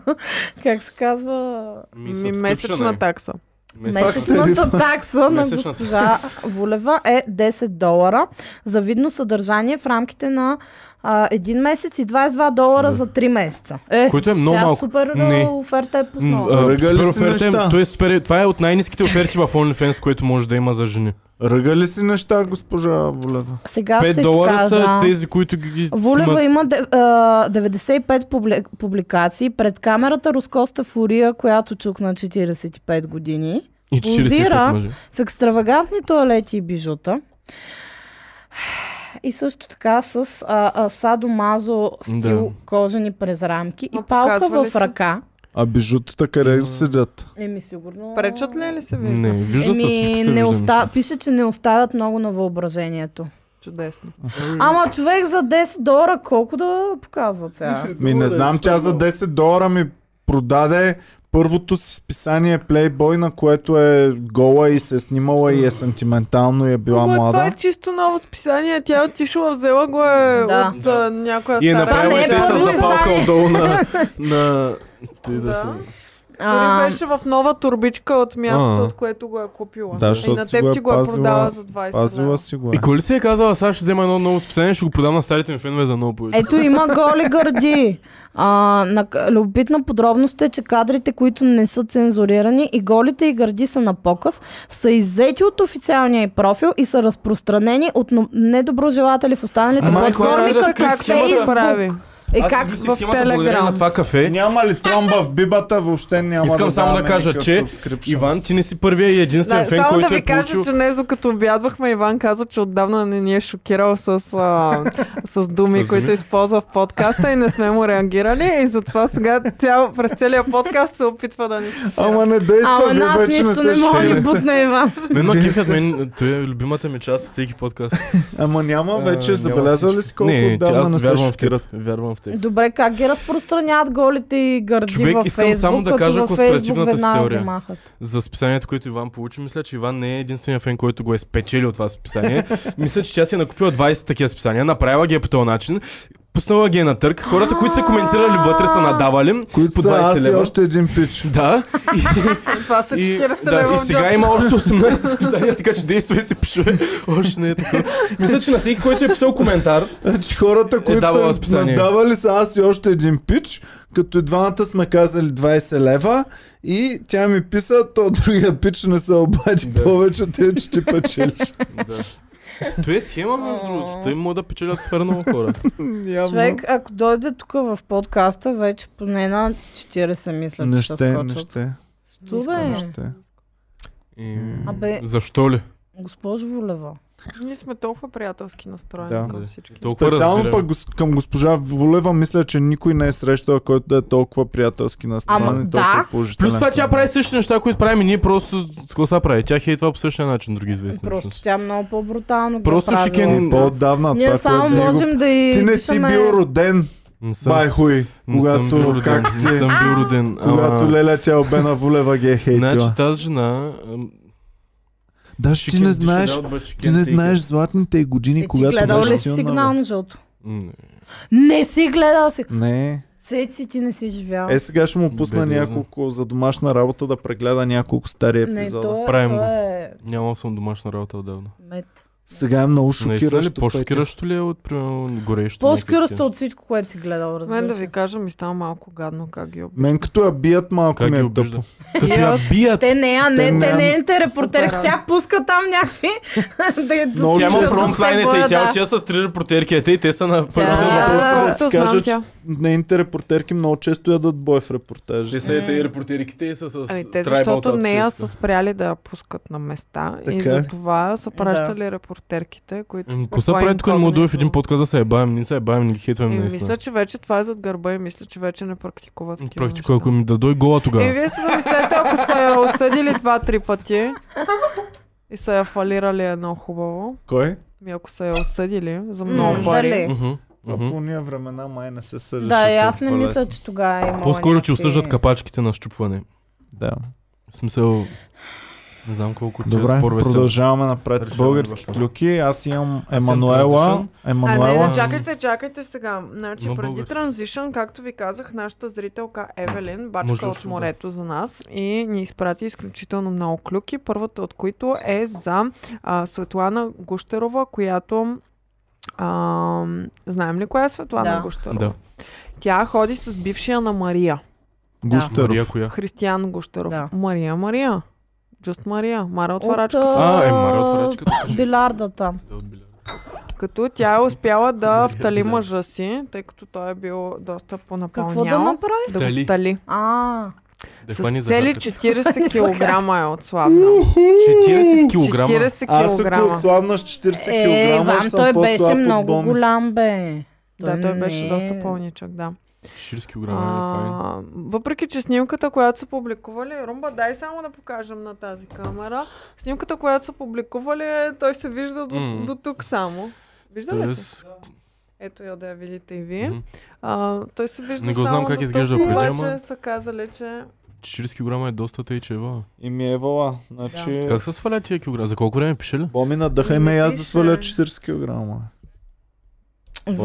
B: Как се казва...
E: Ми
C: е.
E: месечна такса.
A: е.
B: Месечната такса на
C: Месечната.
B: госпожа Волева е 10 долара за видно съдържание в рамките на а, един месец и 22 долара
C: Да.
B: за 3 месеца. Е,
C: Което е
B: тя
C: много малко.
B: супер а,
C: Не.
B: оферта е
C: М,
B: пуснала.
C: а,
A: Ръгали
C: супер
A: си
C: оферта е-
A: неща.
C: той е супер- Това е от най-низките оферти в OnlyFans, което може да има за жени.
A: Ръга ли си неща, госпожа Волева?
B: Сега ще
C: 5
B: ти
C: долара
B: кажа.
C: са тези, които ги- ги
B: Волева
C: снимат.
B: има де- а, 95 публе- публикации пред камерата Роскоста Фурия, която чук на 45 години.
C: И 45
B: позира.
C: мъже.
B: в екстравагантни туалети и бижута. И също така с а, а, садомазо стил
C: Да.
B: кожени през рамки и
E: Ма
B: палка
E: показва ли
B: в
E: си?
B: ръка.
A: А бижутата къде седят?
B: Еми сигурно...
E: Пречат ли ли се вижда?
C: Не, вижда се, всичко
B: Еми,
C: се
B: не
C: вижда.
B: оста... пише, че не оставят много на въображението.
E: Чудесно.
B: Ама човек за 10 долара колко да показват сега?
A: Ми не знам, тя за 10 долара ми продаде първото си списание Playboy, на което е гола и се е снимала и е сантиментално и е била
E: Ама Това е
A: млада.
E: чисто ново списание. Тя е отишла, взела го е
B: Да.
E: от а, някоя
C: И е
E: стара.
C: направила
B: не е
C: те с
B: първо
C: запалка
B: издание.
C: отдолу на... на... Ти да
E: Да.
C: се-
E: Дори
B: А,
E: беше в нова турбичка от мястото,
C: А.
E: от което го е купила.
A: Да,
E: и
A: защото
E: на
A: си
E: теб
A: го е
E: ти го е
A: пазила-
E: продала за 20
A: Пазила
E: лева.
A: си го е.
C: И коли си е казала, сега ще взема едно ново списание, ще го продам на старите ми фенове за много
E: Е,
C: повече.
B: Ето има голи гърди. А, на, любопитна подробност е, че кадрите, които не са цензурирани и голите и гърди са на показ, са иззети от официалния й профил и са разпространени от но- недоброжелатели в останалите
C: Майко,
B: платформи,
C: Райда,
B: са
C: скри
B: как
C: схемата.
B: Фейсбук.
E: прави.
B: Е,
C: Аз
B: как
C: измислих
E: в
C: схемата благодарение
E: Телеграм?
C: на това кафе.
A: Няма ли тромба в бибата, въобще няма
C: Искам
A: да
C: само да
A: даваме
C: кажа,
A: никакъв
C: че
A: subscription.
C: Иван, ти не си първия и единствен
E: Да,
C: фен,
E: само да
C: който
E: ви
C: е
E: кажа,
C: получил...
E: че Незо като обядвахме, Иван каза, че отдавна не ни е шокирал с, а, с думи,
C: С
E: които
C: думи.
E: използва в подкаста и не сме му реагирали. И затова сега цял, през целия подкаст се опитва да ни...
A: Ама не действа,
B: Ама
A: вие
B: нас
A: вече не
B: нищо
A: се
B: не може да ни
A: щейте.
B: бутне, Иван.
C: Мен ма кефят, мен, той е любимата ми част от всеки подкаст.
A: Ама няма вече,
C: А,
A: забелязал
C: няма
A: ли си колко
C: не,
A: отдавна
C: аз
A: не се
C: вярвам в теб.
A: шокират?
C: Вярвам в теб.
B: Добре, как ги разпространяват голите и гърди
C: Човек,
B: във
C: искам
B: Фейсбук,
C: само да
B: като
C: кажа
B: във Фейсбук
C: конспиративната си
B: веднага
C: теория.
B: ги махат.
C: За списанието, което Иван получи, мисля, че Иван не е единствения фен, който го е спечелил това списание. мисля, че тя си е накупила 20 такива списания, направила ги е по този начин. пуснала ги е на търк. Хората, които са коментирали вътре, са надавали.
A: Които
C: по
A: са
C: 20
A: аз и
C: лева.
A: още един пич.
C: Да. И,
E: Това са
C: и,
E: 40
C: да,
E: лева
C: и
E: в
C: сега
E: джоба.
C: има още 18 списания, така че действайте, пишове. Още не е такова. Мисля, че на всеки, който е писал коментар,
A: Значи хората, които
C: давала
A: са
C: разписание.
A: надавали са аз и още един пич, като и двамата сме казали 20 лева и тя ми писа, то другия пич не се обади
C: Да.
A: повече, те че ти печелиш.
C: Да. То е схема, между другото. Той могат да печелят супер много хора.
A: Явно.
B: Човек, ако дойде тук в подкаста, вече поне на 40 мисля,
A: не
B: че ще
A: ще, не
B: скочат.
A: ще,
B: Що
A: не
B: бе?
A: ще.
C: И...
B: Абе.
C: Защо ли?
B: Госпожо Волева.
E: Ние сме толкова приятелски настроени
A: Да.
E: към
C: Да.
E: всички.
C: Толкова
A: Специално
C: разбираме.
A: пък гос- към госпожа Волева мисля, че никой не е срещал, който да е толкова приятелски настроен
B: Ама
A: и
B: да.
A: е толкова положителен.
C: Плюс това тя прави същите неща, които правим и ние просто какво са прави. Тя хейтва по същия начин други известни.
B: Просто
C: личности.
B: тя много по-брутално го
C: Просто
B: прави.
C: шикен-
A: И по-отдавна
B: Ние
A: това,
B: само
A: което е
B: можем да Е, и
A: Ти не си
B: дишаме-
A: бил роден,
C: Не съм,
A: бай хуй,
C: не съм бил
A: когато
C: роден.
A: как
C: Не
A: ти...
C: съм бил роден.
A: Когато
C: Ама-
A: Леля тя обена Волева ги е
C: Значи
A: хейтила.
C: тази жена... ам,
A: Даже ти
C: шикен-
A: не знаеш,
C: шедел бъд
A: ти
C: шикен,
A: не
C: тъй-
A: знаеш златните години,
B: Е, ти
A: когато
B: гледал
A: беше
B: ли си
A: силна,
B: сигнал
A: бе.
B: на жълто?
C: М, не.
B: Не си гледал си.
A: Не.
B: Цеци ти не си живял.
A: Е, сега ще му пусна
C: Бедно.
A: няколко за домашна работа да прегледа няколко стари
B: не,
A: епизода.
B: то е,
C: Правим
B: то
C: го.
B: е
C: Нямал съм домашна работа отдавна.
B: мед.
A: Сега е много
C: Наистина ли?
A: шокиращо. пътя.
C: По-шокиращо ли е от примерно горещо?
B: По-скиращо от всичко, което си гледал,
E: Мен да
B: разбира се.
E: ви кажа, ми става малко гадно как ги обичам.
A: Мен като я бият малко
C: Как
A: ми
C: ги
A: е
C: обижда?
A: тъпо.
C: Като я бият.
B: Те не, а
A: Те
B: не,
A: не,
B: те
A: а-
B: не е репортер.
E: Супер, а.
B: Тя пуска там някакви да я
A: Много
C: Тя
B: да
C: има
A: често.
B: се
C: фронтлайните и
B: боя,
C: тя
B: да.
C: отива с три репортерките и те са на първите.
A: Да.
E: Да,
A: Ти
E: знам
A: кажа, че
E: тя.
A: нейните репортерки много често ядат бой в репортажи.
C: Те са и те репортерките и са с
E: Ами те,
C: трайбъл
E: защото
C: татуировка.
E: нея са спряли да я пускат на места и
A: Така е.
E: за
A: ли?
E: това са пращали репортерките, които...
C: М,
E: по
C: Какво са
E: това
C: прави тук? Не мога да дойде в един
E: е инкогнито-
C: подкаст да се ебаем, не се ебаем, не ги хейтваме
E: Еми,
C: наистина.
E: мисля, че вече това е зад гърба и мисля, че вече не практикуват такива
C: Практика, ако
E: неща.
C: ми да дой гола
E: Е,
C: тогава.
E: вие се замислете, ако са я осъдили два-три пъти и са я фалирали едно хубаво.
A: Кой?
E: Ми ако са я осъдили за
B: М,
E: много пари.
B: дали?
C: Мгм,
A: А
C: мгм.
A: по ния времена май не се съжеше.
B: Да, и аз не
A: толкова
B: мисля,
A: лесно.
B: че тогава е имало
C: По-скоро, че
B: някакви-
C: осъждат капачките на щупване.
A: Да.
C: В смисъл, не знам колко
A: Добре, продължаваме напред.
C: Решаваме
A: Български
C: въпроса.
A: клюки. Аз имам
C: съм
A: Емануела.
C: транзишън.
E: А, не,
A: Емануела.
E: не, чакайте, чакайте сега. Значи,
C: Има
E: преди
C: български.
E: транзишън, както ви казах, нашата зрителка Евелин
C: Може
E: бачка
C: ли
E: от
C: още да?
E: морето за нас и ни изпрати изключително много клюки. Първата от които е за а, Светлана Гущерова, която... А, знаем ли коя е Светлана
B: Да.
E: Гущерова?
C: Да,
E: Тя ходи с бившия на Мария.
C: Мария
A: Гущеров.
C: коя?
E: Християн Гущеров.
B: Да.
E: Мария, Мария. Just Мария. Мара
B: От,
E: отварачка.
C: А, е, Мария отварачката.
B: Биларда там.
C: Да, от Биляр.
E: Като тя е успяла да
C: Мария,
E: втали
C: да.
E: мъжа си, тъй като той е бил доста
B: Какво да
E: понапълнял.
B: направи?
E: Да, го
C: Втали.
E: втали.
B: А,
C: Да хвани
E: С
C: за
E: цели
C: хаката.
E: 40 кг е отслабна.
C: 40 килограма.
E: 40
A: Аз ако
E: кг.
A: отслабна с 40
B: е,
A: кг, ще
B: Иван,
A: съм
B: той
A: по-слаб
B: беше
A: от
B: много
A: Боми.
B: голям, бе.
E: Да,
A: Ами
E: той беше
B: не-
E: доста пълничък, да.
C: 40 килограма, е файн.
E: А, въпреки, че снимката, която са публикували, Румба, дай само да покажем на тази камера. Снимката, която са публикували, е- той се вижда до,
C: М.
E: до тук само. Вижда ли се?
C: Тоест,
E: Ето я да я видите и вие.
C: мгм,
E: А, той се вижда
C: Не го знам
E: само
C: как
E: до
C: изглежда
E: тук,
C: преди,
E: обаче
C: ама-
E: са казали, че
C: 40 килограма е доста тъй, че ева.
A: И ми е вала. Значи...
C: Как се сваля тия килограма? За колко време пише ли?
A: Боми, надъхай ме и аз да
E: Пише.
A: сваля 40 кг.
B: Иван,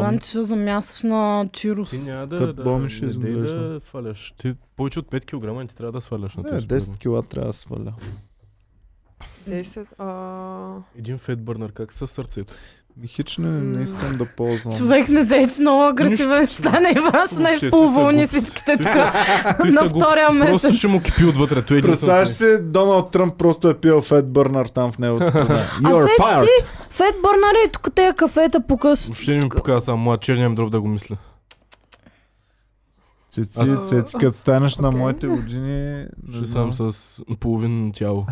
A: Помни.
B: ти ще замясваш на Чирус.
C: Ти няма да,
A: Като
C: да,
A: бомж ще
C: не дей да
A: изглежда.
C: сваляш. Ти повече от 5 кг не ти трябва да сваляш на
A: Не,
C: този
A: 10 кг Е, трябва да сваля.
E: 10... А...
C: Един фет бърнар, как със сърцето?
A: Ми хич не, не искам да ползвам.
B: Човек не дей, че много агресивен ще стане Иван, ще не
C: Въобще, е, ти
B: изполувълни
C: са глупости.
B: всичките
C: Ти
B: тук
C: са- Той
B: на
C: са глупости,
B: втория
C: Просто
B: месец.
C: ще му кипи отвътре. Той е
A: Представяш
C: единственото
A: си, Доналд Тръмп просто е пил Фед Бърнар там в неговото пане. You're
B: сеч
A: fired!
B: Фет Бърнари и тук тези кафета
C: нещо.
B: покъс.
C: Въобще не ми показва само млад черния ми дроб да го мисля.
A: Цеци,
C: Аз-
A: цеци, като станеш на моите години... не
C: Ще
A: знам.
C: съм с половин тяло.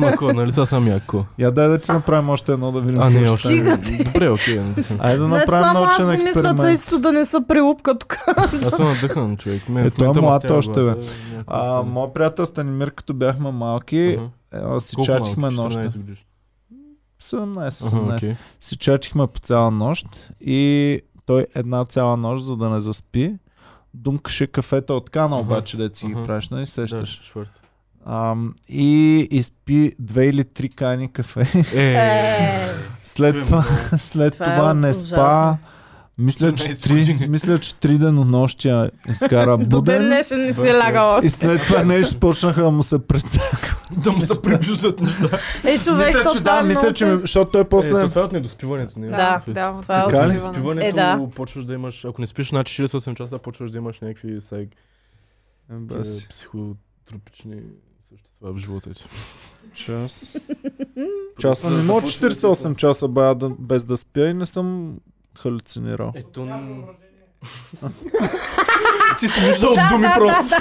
C: Мако, нали са сам яко?
A: Я дай да ти направим още едно да видим.
C: А,
A: какво
C: не,
A: ще
C: още.
A: стане.
C: не. Добре, окей. надъхан съм.
A: Айде да
B: Значи
A: направим
B: само аз
A: научен
B: ми мисля, е
A: експеримент.
B: цейто да не са прилупка тук.
C: Аз съм надъхан, човек. Мен
A: Е,
C: в
A: той е
C: момента ме
A: млад
C: стяга
A: още, бе.
C: главата, някакво
A: А,
C: съм.
A: моят приятел Станимир, като бяхме малки,
C: Аха.
A: е, си
C: Колко
A: чатихме
C: малък?
A: нощта.
C: 14 годиш.
A: 17,
C: Аха,
A: 17.
C: окей.
A: си чатихме по цяла нощ и той една цяла нощ, за да не заспи, думкаше кафета от кана,
C: Аха,
A: обаче да си ги
C: аха.
A: правиш, нали
C: Да,
A: сещаш.
C: четвърт.
A: Ам, и изпи две или три кани кафе.
C: Е,
B: Е,
A: След това, след
B: Това е
A: това не
B: ужасно.
A: спа, Мисля, че
C: 17
A: три,
C: години.
A: мисля, че три денонощия изкара
B: До ден
A: буден.
B: днешен не си
C: Бъде.
B: лягал
A: И
B: още.
A: след това нещо почнаха да му се прецакват.
C: да му се прибюзат неща.
B: Е, човек,
A: Мисля,
B: то
A: че
B: това
A: да,
B: е
A: мисля,
B: много
A: че...
B: тежко.
A: Защото той
C: Е, то
A: после...
C: това е от недоспиването. Не?
B: Да,
E: да,
B: това е
A: Така ли?
B: отиване.
C: Недоспиването
B: Е, да.
C: почваш да имаш, ако не спиш над 48 часа, почваш да имаш някакви сега,
A: Е, баси.
C: психотропични същества в живота ти.
A: Час. Ами, Часа не мога 48 часа бая да, без да спя и не съм халюцинирал.
C: Ето... Ти си виждал думи просто.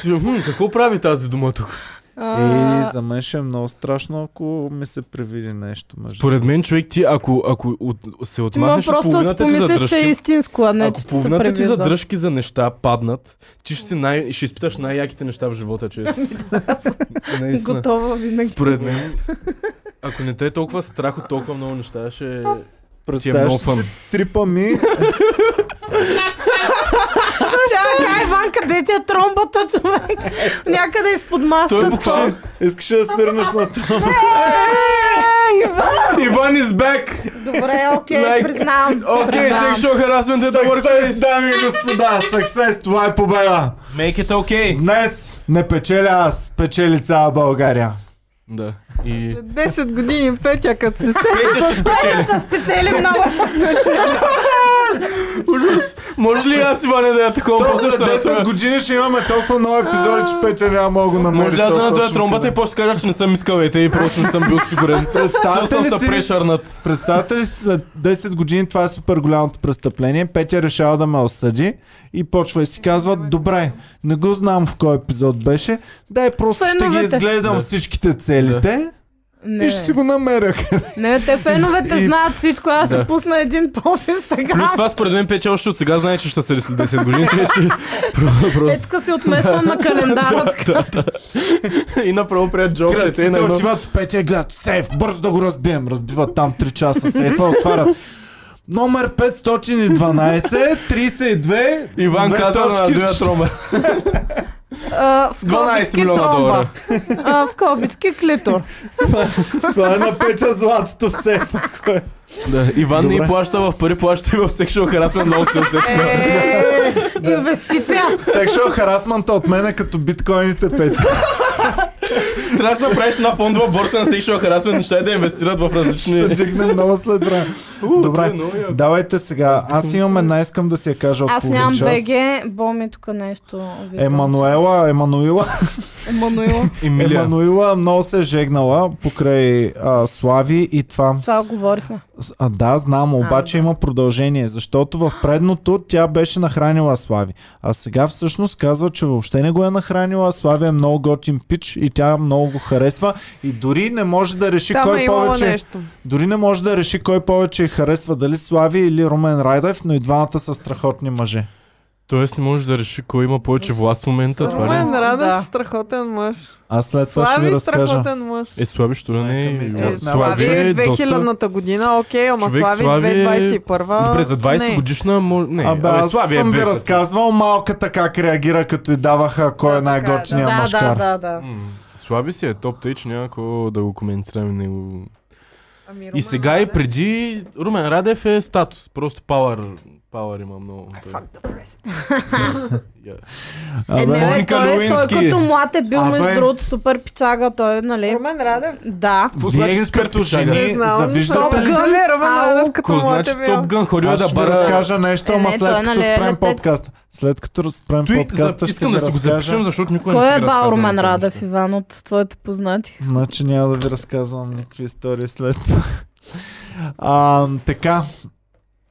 C: Си, «Хм, Какво прави тази дума тук?
A: И
B: А,
A: за мен ще е много страшно, ако ми се привиди нещо. Между.
C: Според мен човек ти, ако, ако от, се
B: Ти мога
C: отмахнеш от
B: просто да си
C: половината ти
B: помислиш, че е
C: задръжки,
B: истинско, а не,
C: ако
B: че ти се Ами
C: половината ти
B: превижда.
C: задръжки за неща паднат, ти ще, си най, ще изпиташ най-яките неща в живота, че
B: Ами
C: Наистина.
B: Готова винаги.
C: Според мен, ако не те е толкова страх от толкова много неща, ще ти е
A: Представяш
C: много
A: ли си
C: фън.
A: трипа ми,
B: Чакай, Иван, къде ти е тромбата, човек? Някъде изпод
C: Той е
B: маста.
C: буквално...
A: искаш ли да свирнеш на това.
C: Иван is back!
B: Добре,
C: Like-
B: окей, Е, признавам.
C: Окей, sexual harassment е да work.
A: Съксес, дами и господа, съксес, това е победа.
C: Make it okay!
A: Днес не печеля аз, печели цяла България.
C: Да. И...
E: 10 години петя, като се се...
C: Петя ще спечели.
B: Ще спечели много.
C: Може ли аз, Иване, да я такова
A: Точно след
C: просто
A: 10 години ще имаме толкова много епизоди, че пече няма мога го намери.
C: Може ли аз да
A: то
C: надоя
A: е точно
C: тромбата и
A: къде.
C: после ще кажа, че не съм искал ете и просто не съм бил сигурен. Чувствал
A: Представяте
C: съм
A: ли
C: се
A: си,
C: прешърнат.
A: представяте ли си след 10 години това е супер голямото престъпление, Петя е решава да ме осъди и почва и си казва, добре, не го знам в кой епизод беше, дай просто ще ги
B: Феновете.
A: изгледам
C: Да. всичките
A: всичките целите
B: Не,
A: и ще си го намеря.
B: не, те феновете
C: И-
B: знаят всичко. Аз ще
C: Да.
B: пусна един по в
C: Плюс
B: Инстаграм.
C: това според мен пече още от сега знае, че ще се след 10 години. Те си про- просто...
B: Детска си отмествам на календара. така.
C: И направо пред Джо.
A: Кръците отиват в петия гледат сейф, бързо да го разбием. Разбиват там 3 часа сейфа, отварят. Номер 512, 32,
C: Иван
A: две
C: каза на
A: точки,
C: Надоя Тромба.
B: А, В
C: 12
B: скобички
C: милиона долара.
B: тромба. А, В скобички клитор.
A: Това е на печа златото в сейфа. кое-
C: Да, Иван не
A: Добре.
C: и плаща в пари, плаща и в sexual harassment много се усеща.
B: Е. Инвестиция.
A: Sexual харасманта от мен е като биткоините печа.
C: Трябва да направиш една фондова борса на sexual harassment, неща и да инвестират в
A: Ще се
C: различни...
A: джигне много след време.
C: това е
A: Добре,
C: много яко.
A: давайте сега. Аз имам една, искам да си я кажа от
B: Аз
A: половин
B: нямам
A: час.
B: БГ, Боми тук нещо. виждам.
C: Е,
A: Емануела, Емануила,
B: Емануила.
C: Емилия.
A: Емануила много се е жегнала покрай а, Слави и това.
B: Това говорихме.
A: С- А, да, знам, обаче има продължение, защото в предното тя беше нахранила Слави. А сега всъщност казва, че въобще не го е нахранила. Слави е много готин пич и тя много го харесва. И дори не може да реши
E: Там
A: кой
E: е имало
A: повече.
E: нещо.
A: Дори не може да реши кой повече я харесва, дали Слави или Румен Райдев, но и двамата са страхотни мъже.
C: Тоест не можеш да реши кой има повече власт в момента.
B: това ли е?
E: Румен
B: Да.
E: Радев, страхотен мъж.
A: Аз след това ще ви
E: Слави, е
A: разкажа.
E: страхотен мъж.
C: Е, Слави Штуране
A: Майка ми,
C: и
A: тя
E: Е,
A: Слави
E: Слави
C: е
E: 2000 та година, окей, ама
C: Човек,
E: Слави
C: Слави е-
E: 2021.
C: Добре, за 20
E: не.
C: годишна... мож- Не,
A: Абе,
C: абе,
A: аз
C: Слави е
A: съм ви
C: две като-
A: разказвал малката как реагира, като й даваха кой е най-готиния
B: Да, да,
A: мъжкар.
B: да, да.
C: М, Слави си е топ, тъй че няма какво да го коментираме него.
E: Ами,
C: И
E: Румен
C: сега е и
E: Радев.
C: преди Румен Радев е статус. Просто пауър. Пауър има много. Той- Yeah.
B: Е,
A: Абе,
B: не, бе,
C: Моника
B: той, той
C: Луински.
B: като млад е бил, между
A: Абе.
B: другото, супер пичага, той, нали?
E: Румен Радев.
B: Да.
A: Вие като жени
E: Не знам,
A: Е, завиждате
E: Топ
A: ли?
E: Гън е Румен
B: Ау.
E: Радев като
C: Какво
E: млад
C: значи
E: е бил.
C: Топ Гън? Ходил е
A: Аз
C: да
A: ще ви
C: бара...
A: разкажа нещо,
B: Е,
A: ама
B: не,
A: след
B: той е,
A: като
B: нали,
A: спрем
B: летец.
A: подкаста. След като спрем
C: Той, за,
A: подкаста, ще
C: искам
A: ви
C: да си го
A: разкажа.
C: запишем, защото никой не си
B: Кой е
C: ги
B: бал
C: разказва
B: Румен
C: тези
B: Радев,
C: неща.
B: Иван, от твоите познати?
A: Значи няма да ви разказвам никакви истории след това. А, така.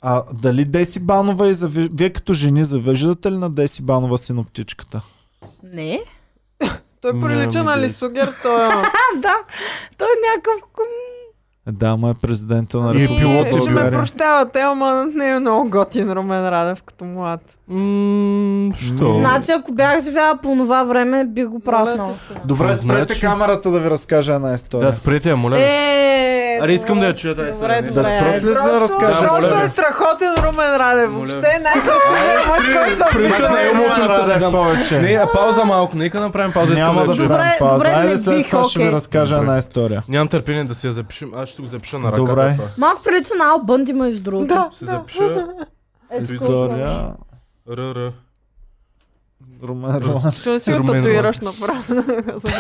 A: А дали Деси Банова и зави... Вие като жени завиждате ли на Деси Банова синоптичката?
B: Не.
E: Той прилича
C: Нямам
E: на
C: идея.
E: Лисугер, той е...
B: А, да. Той е някакъв... ком-
A: Е, Да, ма е президента на
C: И е пилот
A: Република
C: от
E: Ще ме
A: България.
E: прощавате, ама не е много готин Румен Радев като млад.
C: М, Що?
B: Значи, ако бях живяла по това време, би го праснала.
A: Добре, спрете
C: Значи-
A: камерата да ви разкажа една история.
C: Да, спрете я, моля. ви.
B: Е,
C: Аре, искам да
B: добре.
C: я чуя тази
B: Добре,
C: страна.
B: добре.
A: Да спрат ли за да разкажа?
C: Да,
E: Просто
C: моля
E: е
C: ви.
E: страхотен Румен Радев.
C: Моля ви.
E: Въобще е най-красивият
B: значи
E: мъж,
B: е
E: който съм
C: Прилича
A: Махна
C: на
A: и
C: емоцията
A: Румен
C: да
A: Радев
C: дам.
A: повече.
C: Не, а пауза малко, нека направим пауза. искам
A: Е. Няма
C: я
A: да
C: чуя.
A: правим
B: Добре,
A: пауза.
B: добре,
A: Айде,
B: не
A: след
B: бих,
A: това ще ви
B: окей.
A: разкажа
C: Добре.
A: една история.
C: Нямам търпение да си я запишем. Аз ще го запиша на ръката.
A: Добре.
C: това.
B: Малко прилича на Ал Бънди, между другото.
C: Ще запиша.
B: Ексклюзивно.
A: История.
C: РР.
A: Румен Роман.
E: Ще си го
C: Румен
E: татуираш направо.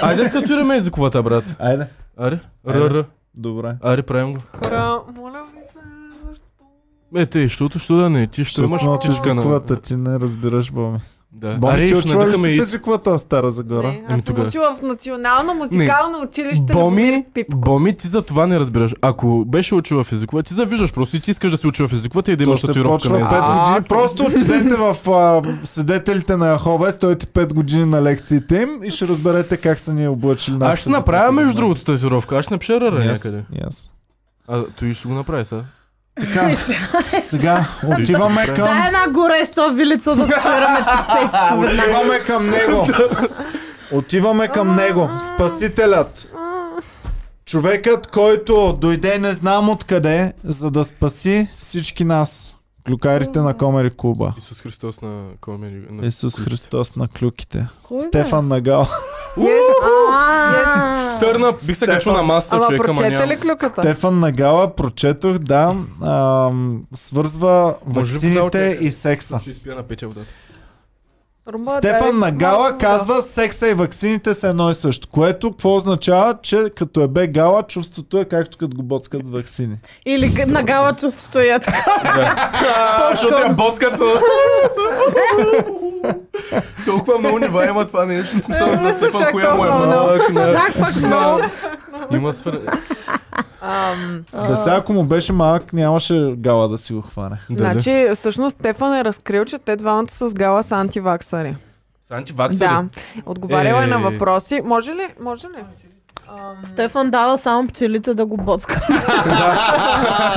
C: Айде статуираме езиковата, брат.
A: Айде.
C: Аре,
A: Айде.
C: РР.
A: Добре.
C: Аре, правим го.
E: Хора, моля ви се, защо?
C: Е, те, защото що да не, ти ще имаш
A: Шестно от
C: потичка на...
A: езиковата ти не разбираш, Боми.
C: Да.
A: Боми, ти
C: ще
A: очува ли
C: надъхаме
A: си
C: и-
A: в езиковата в Стара Загора?
E: Не,
C: Еми
E: аз съм
C: тогава.
E: учила в национално музикално училище.
C: Боми,
E: Любомир Пипков.
C: Боми, ти за това не разбираш. Ако беше учила в езикова, ти завиждаш просто и ти искаш да си учила в езиковата и да
A: То
C: имаш
A: се почва
C: татуировка
A: 5
C: на език.
E: А,
A: години.
E: окей.
A: Просто отидете в а, свидетелите на Яхове, стоите 5 години на лекциите им и ще разберете как са ни облъчили нас.
C: Аз ще направя между другото татуировка. Аз ще напиша РР някъде.
A: Yes.
C: А, той ще го направи сега.
A: Така, сега отиваме
B: Да,
A: към...
B: е една гореща вилица да спираме тъцецето.
A: Отиваме към него. Отиваме към него. Спасителят. Човекът, който дойде не знам откъде, за да спаси всички нас. Клюкарите на Комери Куба.
C: Исус Христос на Комери. на-
A: Исус Христос на клюките.
B: Кой бе?
A: Стефан Нагал.
C: Търна, бих се качил на масата,
E: Ама
C: човека, ма
E: прочете
C: няма.
E: ли клюката?
A: Стефан Нагала прочетох, да, ам, свързва
C: Може ли вода
A: вакцините
C: от
A: и секса.
C: Ще изпия на пече водата.
E: Рума, дай-
A: Стефан Нагала
E: Да.
A: казва секса и вакцините са едно и също, което какво означава, че като е бе гала, чувството е както като го боцкат с вакцини.
B: Или к- на гала чувството я така.
C: Защото я боцкат са... Толкова много нива има това нещо. Смисъл на Стефан,
E: чак
C: коя му е
E: толкова много.
C: малък. на-
E: Чак пак много.
C: на- Има свър...
E: Ам,
A: Да сега, ако му беше малък, нямаше гала да си го хване.
C: Да, да.
E: Значи, всъщност Стефан е разкрил, че те двамата с Гала са антиваксари.
C: Са антиваксъри.
E: Да. Отговаряла е на
C: Е.
E: въпроси. Може ли? Може ли? Ам,
B: Стефан дава само пчелите да го боцка.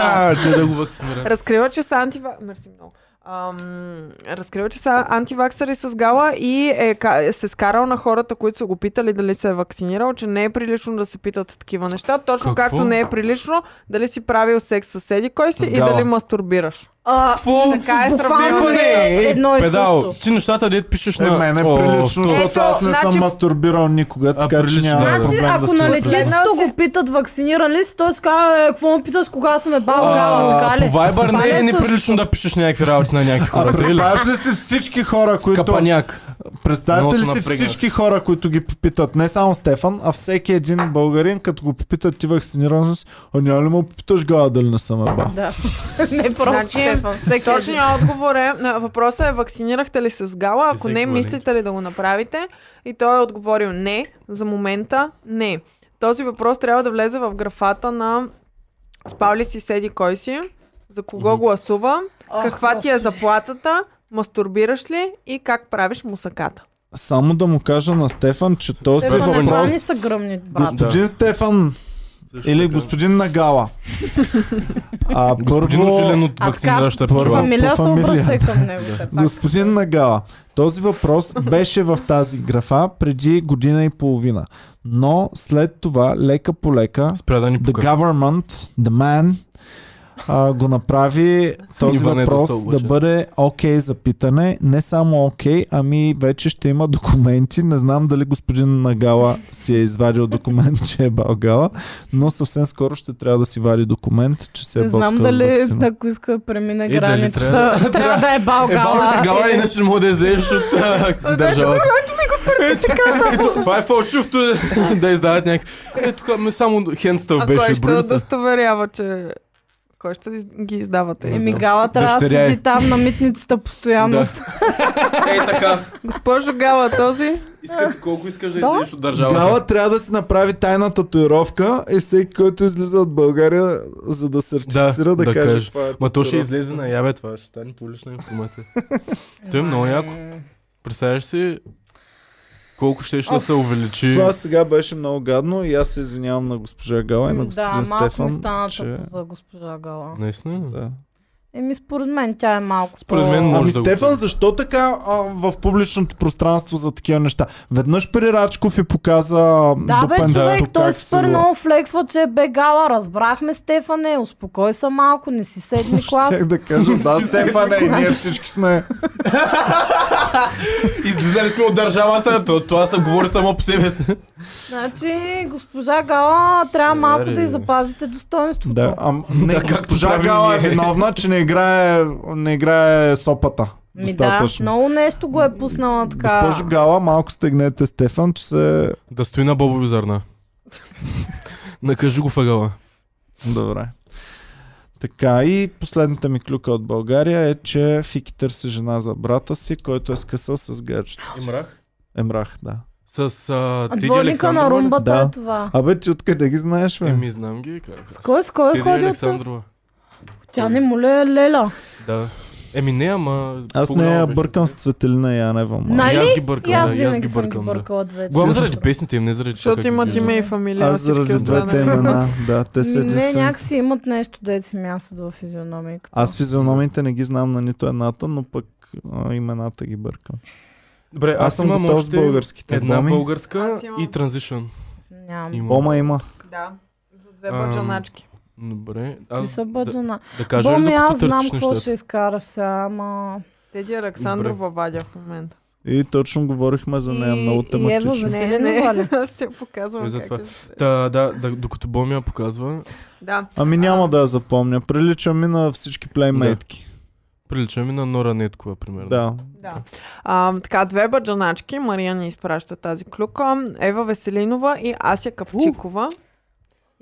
C: А, Те да го вакцинират.
E: Разкрива, че са антива... Мерси много. Ам, разкрива, че са антиваксари с гала и е, ка- се скарал на хората, които са го питали дали се е вакцинирал, че не е прилично да се питат такива неща, точно
C: Какво?
E: както не е прилично дали си правил секс с седи кой си
A: С
E: и
A: Гала.
E: дали мастурбираш.
B: А,
C: Какво?
E: Така е
B: буквално
E: сравнено.
B: не е едно и
C: Педал,
B: също.
C: ти нещата дед пишеш
A: Е,
C: на...
A: мен е
C: О,
A: прилично,
C: то-
A: защото аз не съм
E: значи-
A: мастурбирал никога, така че
C: прилично,
A: няма
B: Значи,
C: да.
A: проблем да
B: ако
A: си
B: на
A: го
E: летиш-
A: призная.
B: летището го питат вакциниран ли си, той ще каже, «Е, какво ме питаш, кога съм е бал гала,
C: А,
B: така ли?
C: По Viber
B: Това
C: не е
B: също.
C: неприлично да пишеш някакви работи на някакви
A: А
C: хора. тъй ли?
A: представяш ли си всички хора, които
C: Капаняк. Много
A: Представете ли
C: се
A: си
C: напрегнах.
A: всички хора, които ги попитат, не само Стефан, а всеки един българин, като го попитат ти вакциниран ли си, а няма ли му попиташ гала дали не съм е еба?
B: Да. Не Е, просто
E: Значи,
B: Стефан, всеки един.
E: Точният отговор е, на въпросът е вакцинирахте ли се с гала, ако
C: се
E: не,
C: хвали.
E: мислите ли да го направите? И той е отговорил не, за момента не. Този въпрос трябва да влезе в графата на спал ли си седи кой си, за кого
C: Мгм.
E: гласува,
B: Ох,
E: каква ти е заплатата, мастурбираш ли и как правиш мусаката.
A: Само да му кажа на Стефан, че този
C: Стефан,
B: Стефан, едва
A: въпрос...
B: е? не
C: е
B: са гръмни, брат.
A: Господин Стефан или господин Нагала. А
C: Господин Жилен
A: първо...
C: от
B: А
C: вакцинираща
A: така, първо-
C: пчела.
B: Фамилия се
A: фамилия.
B: обръщай към него. все пак.
A: Господин Нагала, този въпрос беше в тази графа преди година и половина. Но след това, лека по лека,
C: Спря да ни
A: The
C: пука.
A: government, the man, а, го направи този
C: Иван е
A: въпрос
C: доста
A: да
C: облачен.
A: бъде окей за питане. Не само окей, ами вече ще има документи. Не знам дали господин Нагала си е извадил документ, че е Балгала, но съвсем скоро ще трябва да си вади документ, че се е
B: Не знам
A: боцкал с
B: дали,
A: вакцина.
B: ако иска да премине
C: дали
B: границата,
C: трябва-
B: Е, трябва да е бал
C: Е, баба си
B: гала.
C: гала, иначе не мога да излезеш от а, държавата. Ето, това е фалшивто да издават някакви. Е, тук ме само хендстъл
E: А
C: беше
E: кой ще
C: бруден с-
E: удостоверява, че... Кой ще ги издавате?
C: Не
B: Еми
C: знам.
B: Ами, гала трябва да
C: Дъщеря е.
B: седи там на митницата постоянно.
C: Да. Ей Е, така.
E: Госпожо Гала, този...
C: Иска, колко искаш да излезеш от държавата?
A: Гала трябва да си направи тайна татуировка и всеки, който излиза от България, за да сертифицира, да,
C: Да, да
A: каже,
C: каже.
A: това е
C: Ма то ще
A: татуировка.
C: излезе на ябе, това ще стане публична информация. Той е много яко. Представяш си колко ще да се увеличи.
A: Това сега беше много гадно и аз се извинявам на госпожа Гала и на господин
B: Да, малко
A: Стефан,
B: ми стана
A: че...
B: тъпо за госпожа Гала.
C: Наистина ли?
A: Да.
B: Еми според мен тя е малко
C: Според
B: по-
C: мен може
A: Ами
C: да го
A: Стефан,
C: прави.
A: защо така а, в публичното пространство за такива неща? Веднъж при Рачков и показа
B: Да, бе,
A: допенцето
B: човек,
A: как
B: той е
A: си
B: супер
A: го-
B: много флексва, че е бегала. Разбрахме, Стефане, успокой се малко, не си седми клас.
A: Щях да кажа, да, Стефан, и ние всички сме.
C: Излизали сме от държавата, то, това се говори само по себе си.
B: Значи, госпожа
A: Е,
B: Гала, трябва малко да
C: Даре.
B: й запазите достоинството.
A: Да, а, не,
C: Да, както
A: госпожа
C: правим
A: Гала е
C: ние.
A: виновна, че не играе, не играе сопата.
B: Ми Ами да,
A: Достатъчно.
B: много нещо го е пуснала така.
A: Госпожо Гала, малко стегнете Стефан, че се...
C: Да стои на бобови зърна. Накажи го въгъла.
A: Добре. Така, и последната ми клюка от България е, че Фики търси жена за брата си, който е скъсал с гаджето си.
C: Мрах.
A: Емрах, да.
C: С а,
B: А
C: Диди
B: Дворника на
C: Александрова. ли?
B: румбата
A: е Да.
B: е това.
A: Абе, ти откъде ги знаеш, бе?
C: Еми, Е, знам ги. Как.
B: С кой, с кой е
C: Диди
B: ходил той?
C: Александрова.
B: Тя не му ли е Лела?
C: Да. Еми не, ама...
A: Аз не
C: по-голяма
A: я
C: беше.
A: бъркам с Цветелина Янева. май.
B: Най-
C: И
B: Нали?
C: аз ги бъркам,
B: И аз
C: да, и аз
B: винаги
C: ги
B: съм ги
C: бъркам, да.
B: бъркала двете.
C: Главно заради песните им, не заради това,
E: Защото
C: как
E: имат
C: изглежда.
E: име и фамилия. на
A: Аз
E: всички
A: заради
E: останали.
A: двете имена. Да, те са
B: Ми, Не,
A: единствени.
B: някакси имат нещо, дете си мясат в физиономиката.
A: Аз физиономите не ги знам на нито едната, но пък а, имената ги бъркам.
C: Добре,
A: Е, Аз
C: аз,
A: съм
C: имам
A: готов с
C: още
A: българските ами?
C: една
A: боми.
C: българска
E: Аз имам.
C: и транзишън.
B: Нямам.
C: Има.
A: Бома е. има.
E: Да, за две
C: Ам,
E: баджаначки.
C: Добре.
B: Не
C: Аз
B: са
C: да,
B: бъджена.
C: да кажа ли,
B: Боми, аз
C: докато
B: знам
C: търсиш
B: какво
C: нещата?
B: ще изкараш сега, ама...
E: Теди Александров вадя в момента.
A: И точно говорихме за нея
B: И-
A: много
B: и Ева
A: тематично.
B: Веселинова ли?
E: Аз се
C: Ой,
E: показвам
C: Ами за
E: как
C: това.
E: е.
C: Та, да, да, докато Боми я показва,
E: Да.
A: Ами няма да я запомня. Прилича ми на всички плеймейтки.
C: прилича ми на Нора Неткова, примерно.
A: Да.
E: Да. А, така, две баджаначки. Мария ни изпраща тази клюка. Ева Веселинова и Ася Капчикова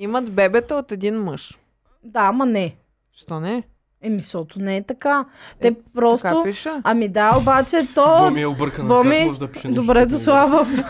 E: имат бебета от един мъж.
B: Да, ама не.
E: Що не?
B: Еми, защото не е така. Те просто...
E: Така пише.
B: Ами да, обаче то...
C: Боми е объркана,
B: Боми,
C: как може да пише нещо?
B: Добре дошла в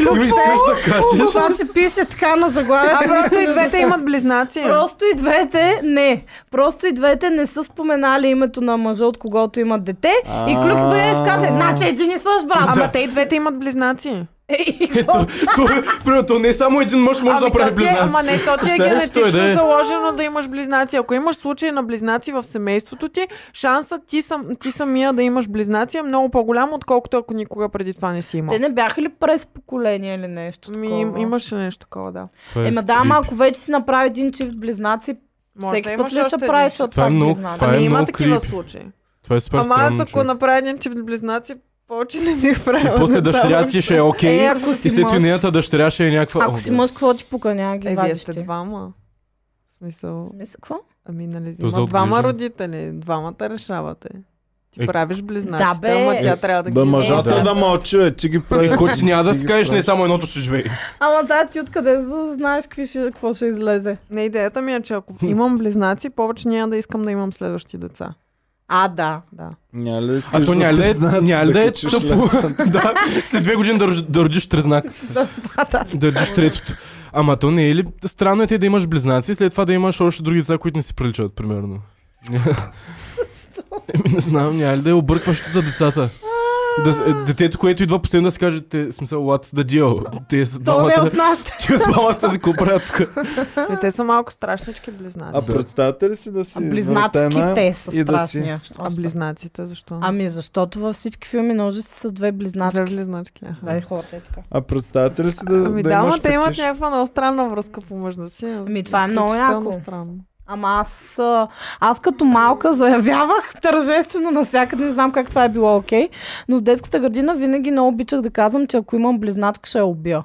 C: Ми
B: ключ.
C: искаш Ами, да кажеш?
B: Обаче пише така на заглавието.
E: А просто
B: нищо
E: и
B: не
E: двете
B: означава.
E: имат близнаци.
B: Просто и двете не. Просто и двете не са споменали името на мъжа, от когото имат дете. И Клюк бе изказа, значи един и същ брат.
E: Ама те и двете имат близнаци.
B: Е, и какво?
C: Ето, то, примерно, то не е само един мъж
B: Ами
C: може да
E: то
C: прави
E: ти е, ама
C: близнаци.
E: не, то ти е
C: Представяш, той да е.
E: генетично заложено да имаш близнаци. Ако имаш случай на близнаци в семейството ти, шансът ти, сам, ти самия да имаш близнаци е много по-голям, отколкото ако никога преди това не си имал.
B: Те не бяха ли през поколение или нещо
E: Ми,
B: такова?
E: им, имаше нещо такова, да.
C: Това е
B: Ема да,
C: creepy.
B: ама ако вече си направи един чифт близнаци,
E: Може
B: всеки
E: да
B: път
E: имаш
B: ли
E: още
B: ще
E: един
B: правиш
E: чифт.
B: от
C: Това е
B: това
C: много-
B: близнаци?
C: това е
E: Ами има
C: много
E: такива
C: creepy.
E: случаи.
C: Това е супер
E: Ама аз
C: странно,
E: ако
C: човек.
E: направя един чифт близнаци, повече не е бих правила.
C: И после
E: деца
C: дъщеря ти
E: въобще.
C: ще е окей.
B: Е, ако
C: И
B: си
C: след това
B: мъж,
C: нейната дъщеря ще е някаква...
B: ако
C: О,
B: си
C: да.
B: мъж, какво ти поканя ги
E: Е, вие
B: вадиш
E: сте
B: ти?
E: двама. В смисъл,
B: Мисля, какво?
E: ами нали,
C: То за
E: има двама
C: отглеждане.
E: родители, двамата решавате. Ти
C: Е,
E: правиш близнаците,
B: бе.
E: ама
B: Е,
E: тя трябва да ги
A: Да
E: изгледа.
A: мъжата
C: Да.
A: да мълчи, бе, ти ги
C: И
A: прави.
C: Ами, който ти няма да
A: Ти
C: си
A: ги
C: кажеш, не е
A: правиш.
C: само едното ще живее.
B: Ама да, ти откъде за да знаеш какви ще, какво ще излезе?
E: Не, идеята ми е, че ако имам близнаци, повече няма да искам да имам следващи деца.
B: А, да.
E: Да.
A: Няма ли да
C: А
A: искаш
C: то няма
A: да
C: да е,
A: те знаят,
C: няма ли да е
A: качиш
C: тъпо. Да, след две години да рож- да родиш трезнак.
B: Да, да, да.
C: Да родиш третото. Ама то не е ли странно е ти да имаш близнаци, след това да имаш още други деца, които не си приличат, примерно. Еми, не знам, няма ли да е объркващо за децата? Да, е, детето, което идва последно да си каже, те, в смисъл, what's the deal? Те са
B: То не е
C: двамата,
B: от нашите.
C: тия с двамата да го правят тук.
E: И Е, те са малко страшнички близнаци.
A: А
E: А,
C: Да.
A: представете ли си да си
B: А близначките
A: извратена
B: са
A: и да
B: страшни.
A: си...
B: ако ще остане.
E: близнаците, защо?
B: Ами защото във всички филми на ужасите са две
E: Две
B: близначки.
E: близначки. аха.
B: Да, и хората е така.
A: А представете ли си да,
E: Ами
A: да,
E: да, ама
A: имаш
E: те имат
A: фетиш?
E: някаква много странна връзка помежду си.
B: Ами това е много
E: Изключително
B: яко.
E: странно.
B: Ама аз, а, аз като малка заявявах тържествено навсякъде, не знам как това е било окей, но в детската градина винаги много обичах да казвам, че ако имам близначка, ще я убия.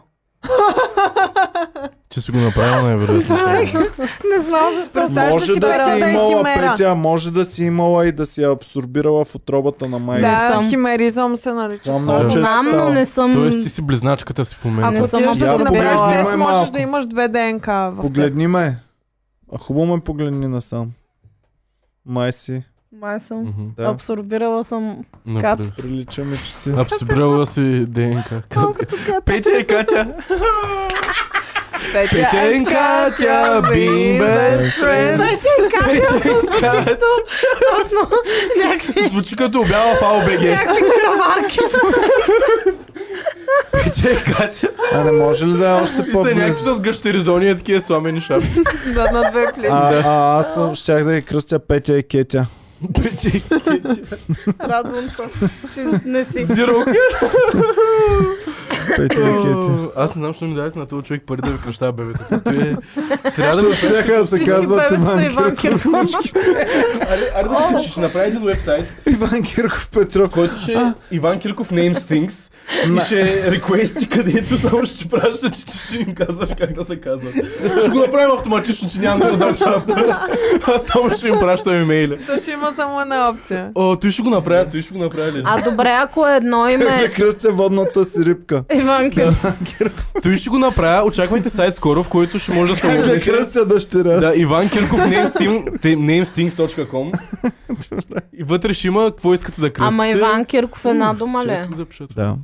C: Че си го направил най-вероятно.
B: Не знам защо.
E: Представяш ли
A: Може
E: си
A: да си
E: перата и
A: имала
E: химера?
A: петя, може да си имала и да си я абсорбирала в отробата на майка.
E: Да,
B: съм.
E: химеризъм се
A: Това
E: нарича.
A: много
C: Да.
A: често
B: Знам, но
A: става.
B: не съм...
C: Тоест ти си близначката си в момента.
B: Ако
E: Ако
B: съм
E: ти да си
A: абсолютно
E: направиш
A: погледни
E: тест,
A: ме
E: можеш
A: малко.
E: да имаш две ДНК в теб.
A: Погледни ме. А, Хубаво ме погледни насам. Май си.
B: Май съм...
C: Мгм.
A: Да.
B: Абсорбирала съм...
C: Направо.
B: Кат.
A: Прилича ми, че си.
C: Абсорбирала си ДНК. Кат- Петя и Катя. Петя и Катя, been best friends.
B: Точно някакви
C: Звучи като обява в АОБГ.
B: някакви краварки.
C: Петя и Катя.
A: А не може ли да е още
C: И са някакви
A: по-близо?
C: с гъщеризони и такива сламени шапки.
E: Да, на две плети.
A: А, а, аз съм, щях да ги кръстя Петя и Кетя.
C: Петя и Катя.
B: Радвам се, че не си.
C: Зиро.
A: Петя и Кетя.
C: Аз не знам, защо ми дадете на този човек пари да ви кръщава бебето. Той е- Трябва да
A: Ще
C: ме...
A: щяха да се
B: Всички
A: казват
B: бебета са
A: Иван
B: Иван
A: Кирков.
B: Кирков.
A: Всички-
C: Аре, аре да ще направи един вебсайт,
A: Иван Кирков Петров.
C: който ще е Иван Кирков Names Things И ще реквести, където само ще праща, че ти ще им казваш как да се казват. Ще го направим автоматично, че няма нужда да участваш. Аз само ще им пращам имейли.
E: То ще има само една опция.
C: О, той ще го направя, той ще го направя ли?
B: А добре, ако е едно име...
A: Да кръстя водната си рибка.
B: Иванка.
C: Той ще го направя, очаквайте сайт скоро, в който ще може да се
A: Как да
C: логнете.
A: кръстя дъщеря
C: Да,
A: си.
C: Иван Кирков, namesting- те- namestings.com И вътре ще има какво искате да кръстите.
B: Ама Иван Кирков е една дума ли?
C: Ще си го запиша това.
A: Да.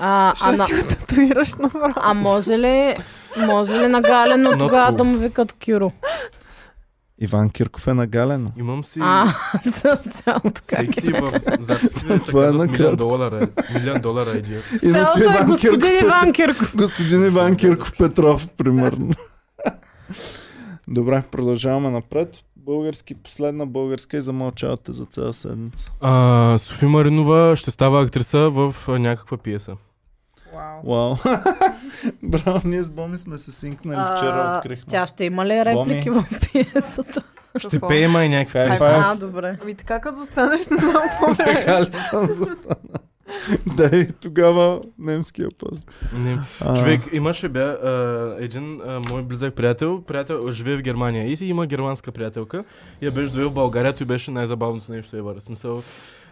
B: А, а, на...
E: Татуираш на врата.
B: а може ли... Може ли на Галено
C: Not
B: тогава
C: cool.
B: да му викат Киро?
A: Иван Кирков е нагалено.
C: Имам си
B: А, за цялото как е
C: секции в записките,
A: Това е
C: това е милион
A: накратко.
C: долара. е. Милион долара е идея.
B: Цялото е господин
A: Петров-
B: Иван Кирков.
A: господин Иван Кирков Петров, примерно. Добре, продължаваме напред. Български, последна българска и замълчавате за цяла седмица.
C: А, Софи Маринова ще става актриса в а, някаква пиеса.
A: Вау. Браво, ние с Боми сме се синкнали нали вчера,
B: А,
A: открихме.
B: Тя ще има ли реплики в пиесата?
C: Ще пее май някаква.
A: Хай
B: А,
A: файв.
B: добре.
E: Ами така, като застанеш на много по-добре.
A: Така ли съм застана? Да и тогава немския пас.
C: Не. Човек, имаше бе а, един а, мой близък приятел, приятел живее в Германия и си има германска приятелка. И я беше довел в България, той беше най-забавното нещо ever. В смисъл,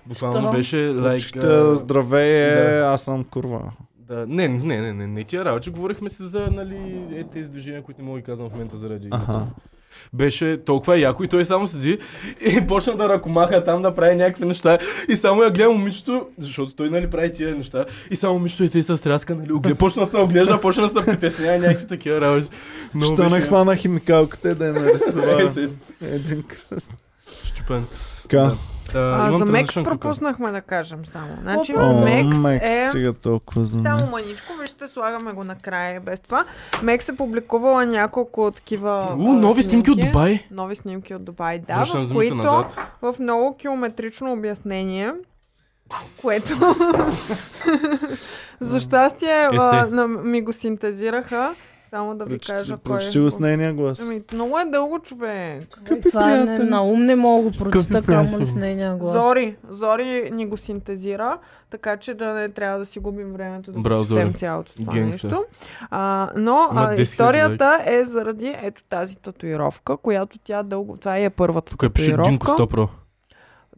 C: буквално
B: Що?
C: беше...
A: Значи
C: Like,
A: Чета, здравей, е,
C: да.
A: аз съм курва.
C: да, не, не, не, не, не, не тия работи. Говорихме си за нали, е, тези движения, които не мога да ги казвам в момента заради.
A: Аха.
C: Беше толкова яко и той само седи и почна да ръкомаха там да прави някакви неща. И само я гледа момичето, защото той нали прави тия неща. И само момичето и те се стряска, нали, огле. Почна да се оглежда, почна да се притеснява някакви такива работи. Много
A: Що не
C: беше
A: хвана химикалката и да я
C: яко. Е,
A: нарисува
C: се, с-
A: един кръст.
C: щупен.
A: Така.
C: Да,
E: А, за
C: имам
E: Мекс
C: транзичен кокъл.
E: пропуснахме да кажем само. Значи
A: О,
E: Мекс
A: Мекс,
E: е...
A: стига толкова за
E: Само
A: мен.
E: маничко, вижте, слагаме го накрая без това. Мекс е публикувала няколко такива
C: У,
E: а,
C: нови снимки от Дубай.
E: Нови снимки от Дубай, да,
C: Връщам
E: в
C: думите
E: които
C: назад.
E: в много километрично обяснение, което за щастие
C: Есе.
E: а, на- ми го синтезираха. Само да ви
A: Прочети-
E: кажа кой е
A: Прочети го с нейния глас.
E: Ами, много е дълго, човек.
B: Това е не,
A: приятели.
B: на ум не мога да прочета,
C: Скъпи
B: камо ли
C: приятели.
B: с нейния глас.
E: Зори, Зори ни го синтезира, така че да не трябва да си губим времето да Браво,
C: Браво,
E: четем
C: Зори.
E: цялото това
C: Генгстер.
E: нещо. А, но
C: Има
E: а,
C: 10 000
E: историята е заради ето тази татуировка, която тя дълго... Това е първата
C: Тук е пише Динко
E: татуировка.
C: Стопро.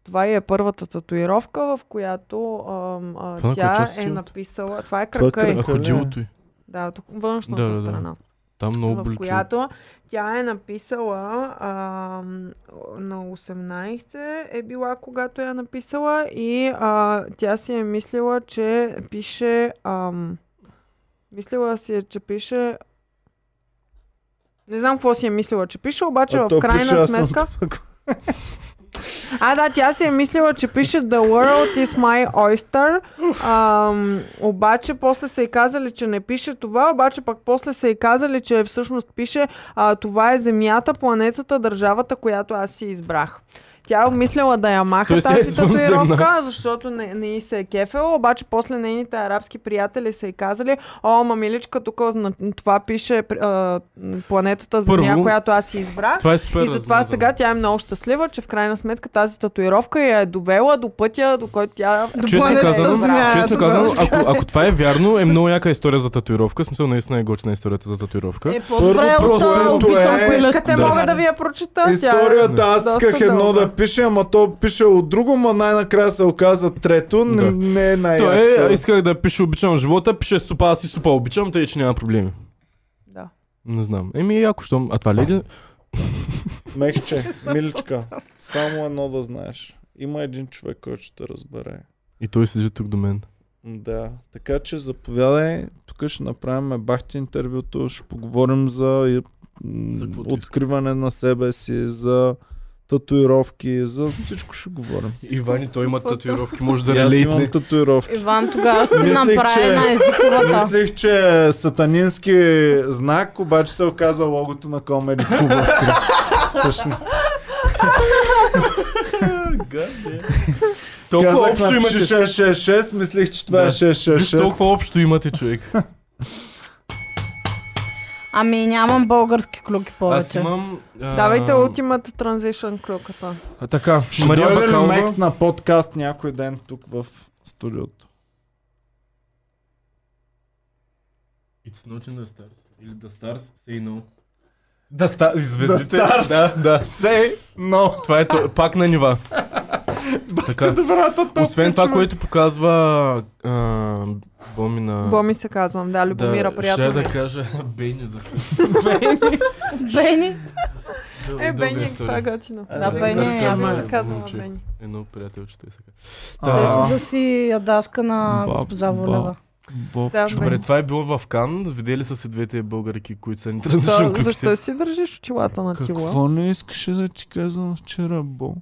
E: Това е първата татуировка, в която ам, а,
C: Това на кой
E: тя
C: част си
E: е
C: от-
E: написала... Това е
A: Това е
E: кръка
A: кръка.
E: й.
A: Ако
C: Ако
A: дилото
C: дилото й.
E: Да, тук, външната
C: Да, да, да.
E: страна.
C: Там много
E: в
C: бличо.
E: която тя е написала ам, на 18 е била когато я написала и а, тя си е мислила, че пише ам, мислила си е, че пише не знам какво си е мислила, че пише, обаче
A: А
E: в
A: то
E: крайна
A: пише, аз съм
E: сметка...
A: това,
E: А, да, тя си е мислила, че пише The world is my oyster. Ам, обаче после са и казали, че не пише това, обаче пък после са и казали, че всъщност пише а, това е земята, планетата, държавата, която аз си избрах. Тя е обмислила да я маха
C: Тоест, тя е
E: тази
C: извънземна.
E: татуировка, защото не, не й се е кефела, обаче после нейните арабски приятели са и казали, о, мамиличка, тук зна- това пише а, планетата Земя,
C: Първо,
E: която аз си избрах.
C: Това е супер
E: И затова
C: размазано.
E: сега тя е много щаслива, че в крайна сметка тази татуировка я е довела до пътя, до който тя
C: Честно
E: планетата
C: казано,
E: Земя.
C: честно казано ако, ако това е вярно, е много яка история за татуировка. В смисъл, наистина е готина историята за татуировка.
B: Е, по-добре
A: Първо
B: от а,
A: просто
B: обичам
A: е-
E: Искате,
C: Да.
E: мога да ви я прочета. Тя е-
A: Историята, аз
E: доста
A: исках едно
E: дълга.
A: да пише, ама то пише от друго, ма най-накрая се оказа трето. Н-
C: Да.
A: Не е най
C: Той е, исках да пише обичам живота, пише супа, аз и супа обичам, тъй че няма проблеми.
E: Да.
C: Не знам. Еми, ако щом. А това ли е един-
A: Мехче, миличка, само едно да знаеш. Има един човек, който ще те разбере.
C: И той седи тук до мен.
A: Да, така че заповядай. Тук ще направим е бахти интервюто, ще поговорим за, и- м,
C: За какво ти
A: откриване на себе си, за татуировки, за всичко ще говорим.
C: Иван и той има татуировки, може да
A: И Аз имам
C: релейтне.
A: татуировки.
B: Иван тогава ще си
A: Мислех, че-
B: направи на езиковата.
A: Мислех, че е сатанински знак, обаче се оказа логото на Комеди Куба. Всъщност.
C: Толкова
A: Казах
C: общо
A: на
C: имате.
A: 666, мислих, че това е
C: Да. Виж
A: 666.
C: толкова общо имате, човек.
B: Ами нямам български клюки
C: Аз
B: повече.
C: имам... а,
E: е- Давайте ултимата транзишън клюката.
C: а, Така,
A: Ще
C: Мария
A: дойде е ли
C: Бакалова.
A: Мекс на подкаст някой ден тук в студиото?
C: It's not in the stars. Или the stars say no. Да, ста... звездите.
A: The stars.
C: Да, да.
A: Say no.
C: Това е то- пак на нива.
A: Така. Добрата топ. е
C: Освен това, което показва а, Боми на...
E: Боми се казвам, да, Любомира, приятно.
C: Ще
E: ми
C: да
E: е.
C: кажа Бени за...
B: Бени.
E: Е, Бени е това готино.
B: Да, Бени е
E: Ама
B: ясно.
E: се казвам
C: Момче.
E: Бени.
C: Едно приятелче те сега.
B: Щеше да си ядашка на
A: Ба-
B: госпожа
A: ба-
B: Волева.
E: Да,
C: Добре,
E: Бени.
C: това е било в Кан. Видели са се двете българки, които са ни
E: Защо,
C: тръгнали.
E: защо е си държиш очилата на тила?
A: Какво не искаше да ти казвам вчера, Бо?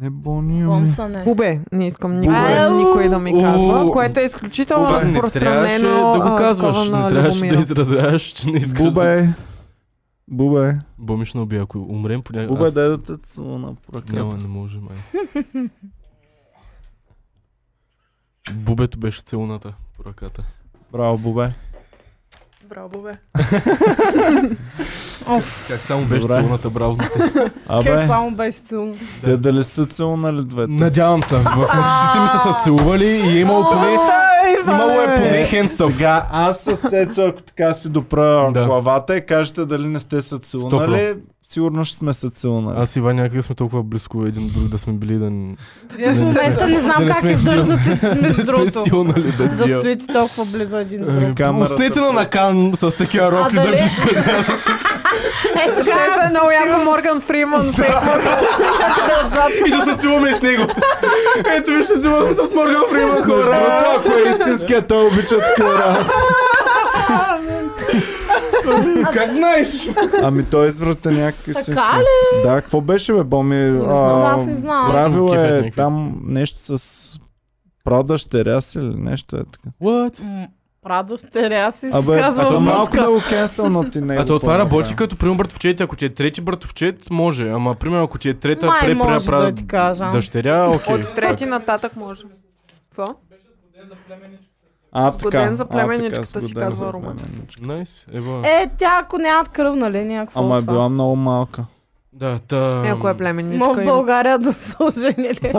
A: Не бония ми.
B: Бомса не.
E: Бубе, не искам никой,
B: Бубе.
E: никой да ми казва,
C: О,
E: което е изключително
C: Това не трябваше
E: разпространено.
C: да го
E: а,
C: казваш.
E: такова на
C: Не трябваше да
E: Любомира.
C: изразяваш, че не искаш да...
A: Бубе. Бубе.
C: Бомиш на уби, ако умрем по някакъв...
A: Бубе, е дай да те целуна по
C: Няма,
A: ръката.
C: не може, май. Бубето беше целуната по ръката.
A: Браво, Бубе.
E: Браво, бе.
C: Как само беше
A: Добре.
C: целуната, браво.
B: Кем
A: Абе,
B: само беше силно.
A: те дали са целунали двете?
C: Надявам се. В мечтите ми са се целували и е имало поне... Имало е поне хендстъв.
A: Сега аз с Цецо, ако така си допра
C: Да.
A: главата и кажете дали не сте се целунали, сигурно ще сме се целунали.
C: Аз и Ваня някъде сме толкова близко един до друг да сме били да ни...
B: Вие в
C: Да не сме-
B: момента не
C: да
B: знам
C: не
B: как
C: сме
B: издържате, между
C: сме
B: другото.
C: силнали да
B: Да
C: бия.
B: стоите толкова близо един до друг.
A: Камерата-
C: Уснете на накан с такива
B: А
C: рокли да
B: дали-
C: вижте.
B: Е,
E: Ще
B: така.
E: е много яко Морган Фриман.
C: и да се целуваме и с него. Ето вижте, целуваме с Морган Фриман
A: Между
C: хора.
A: другото, ако е истинския, той обича такива работи.
C: Как знаеш?
A: Ами той е извратеняк истински.
B: Така
A: ли? Да, какво беше бе, Боми? Не
B: знам, аз не знам.
A: Правил
C: Кефят
A: е
C: някакви.
A: там нещо с прадъщеря си или нещо е така.
C: What?
B: М, Радост, теря си се
A: Абе,
B: казва
A: за малко
B: внучка.
A: да го кенселнат и него.
C: А то това
A: по-добре.
C: работи като примерно братовчет. Ако ти е трети братовчет, може. Ама примерно ако ти е трета
B: Май
C: препря
B: може да
C: пра
B: ти кажа.
C: дъщеря, окей.
E: От трети нататък може. Какво?
A: А,
E: с
A: така.
E: годен за
A: А,
E: племеничката
A: така, с
E: си
A: годен
E: казва
A: за
E: Румен.
A: племеничка.
C: Найс, ева.
B: Е, тя ако нямат кръвна линия, какво
A: Ама е
B: е това?
A: била много малка.
C: Да, та...
E: Е, ако е
B: Ма
E: племенничка
B: в
E: има.
B: България да са оженили.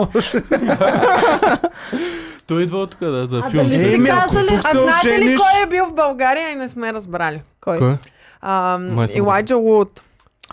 C: Той идва от тук, да, за
B: А
C: филм.
B: дали си
A: Еми, Е, ами, ако
B: казали?
A: тук
E: А
A: се
E: знаете ли
A: ожениш-
E: кой е бил в България и не сме разбрали?
B: Кой?
C: Кой?
E: Ам,
C: Май съм
E: Елайджа Луд.
A: е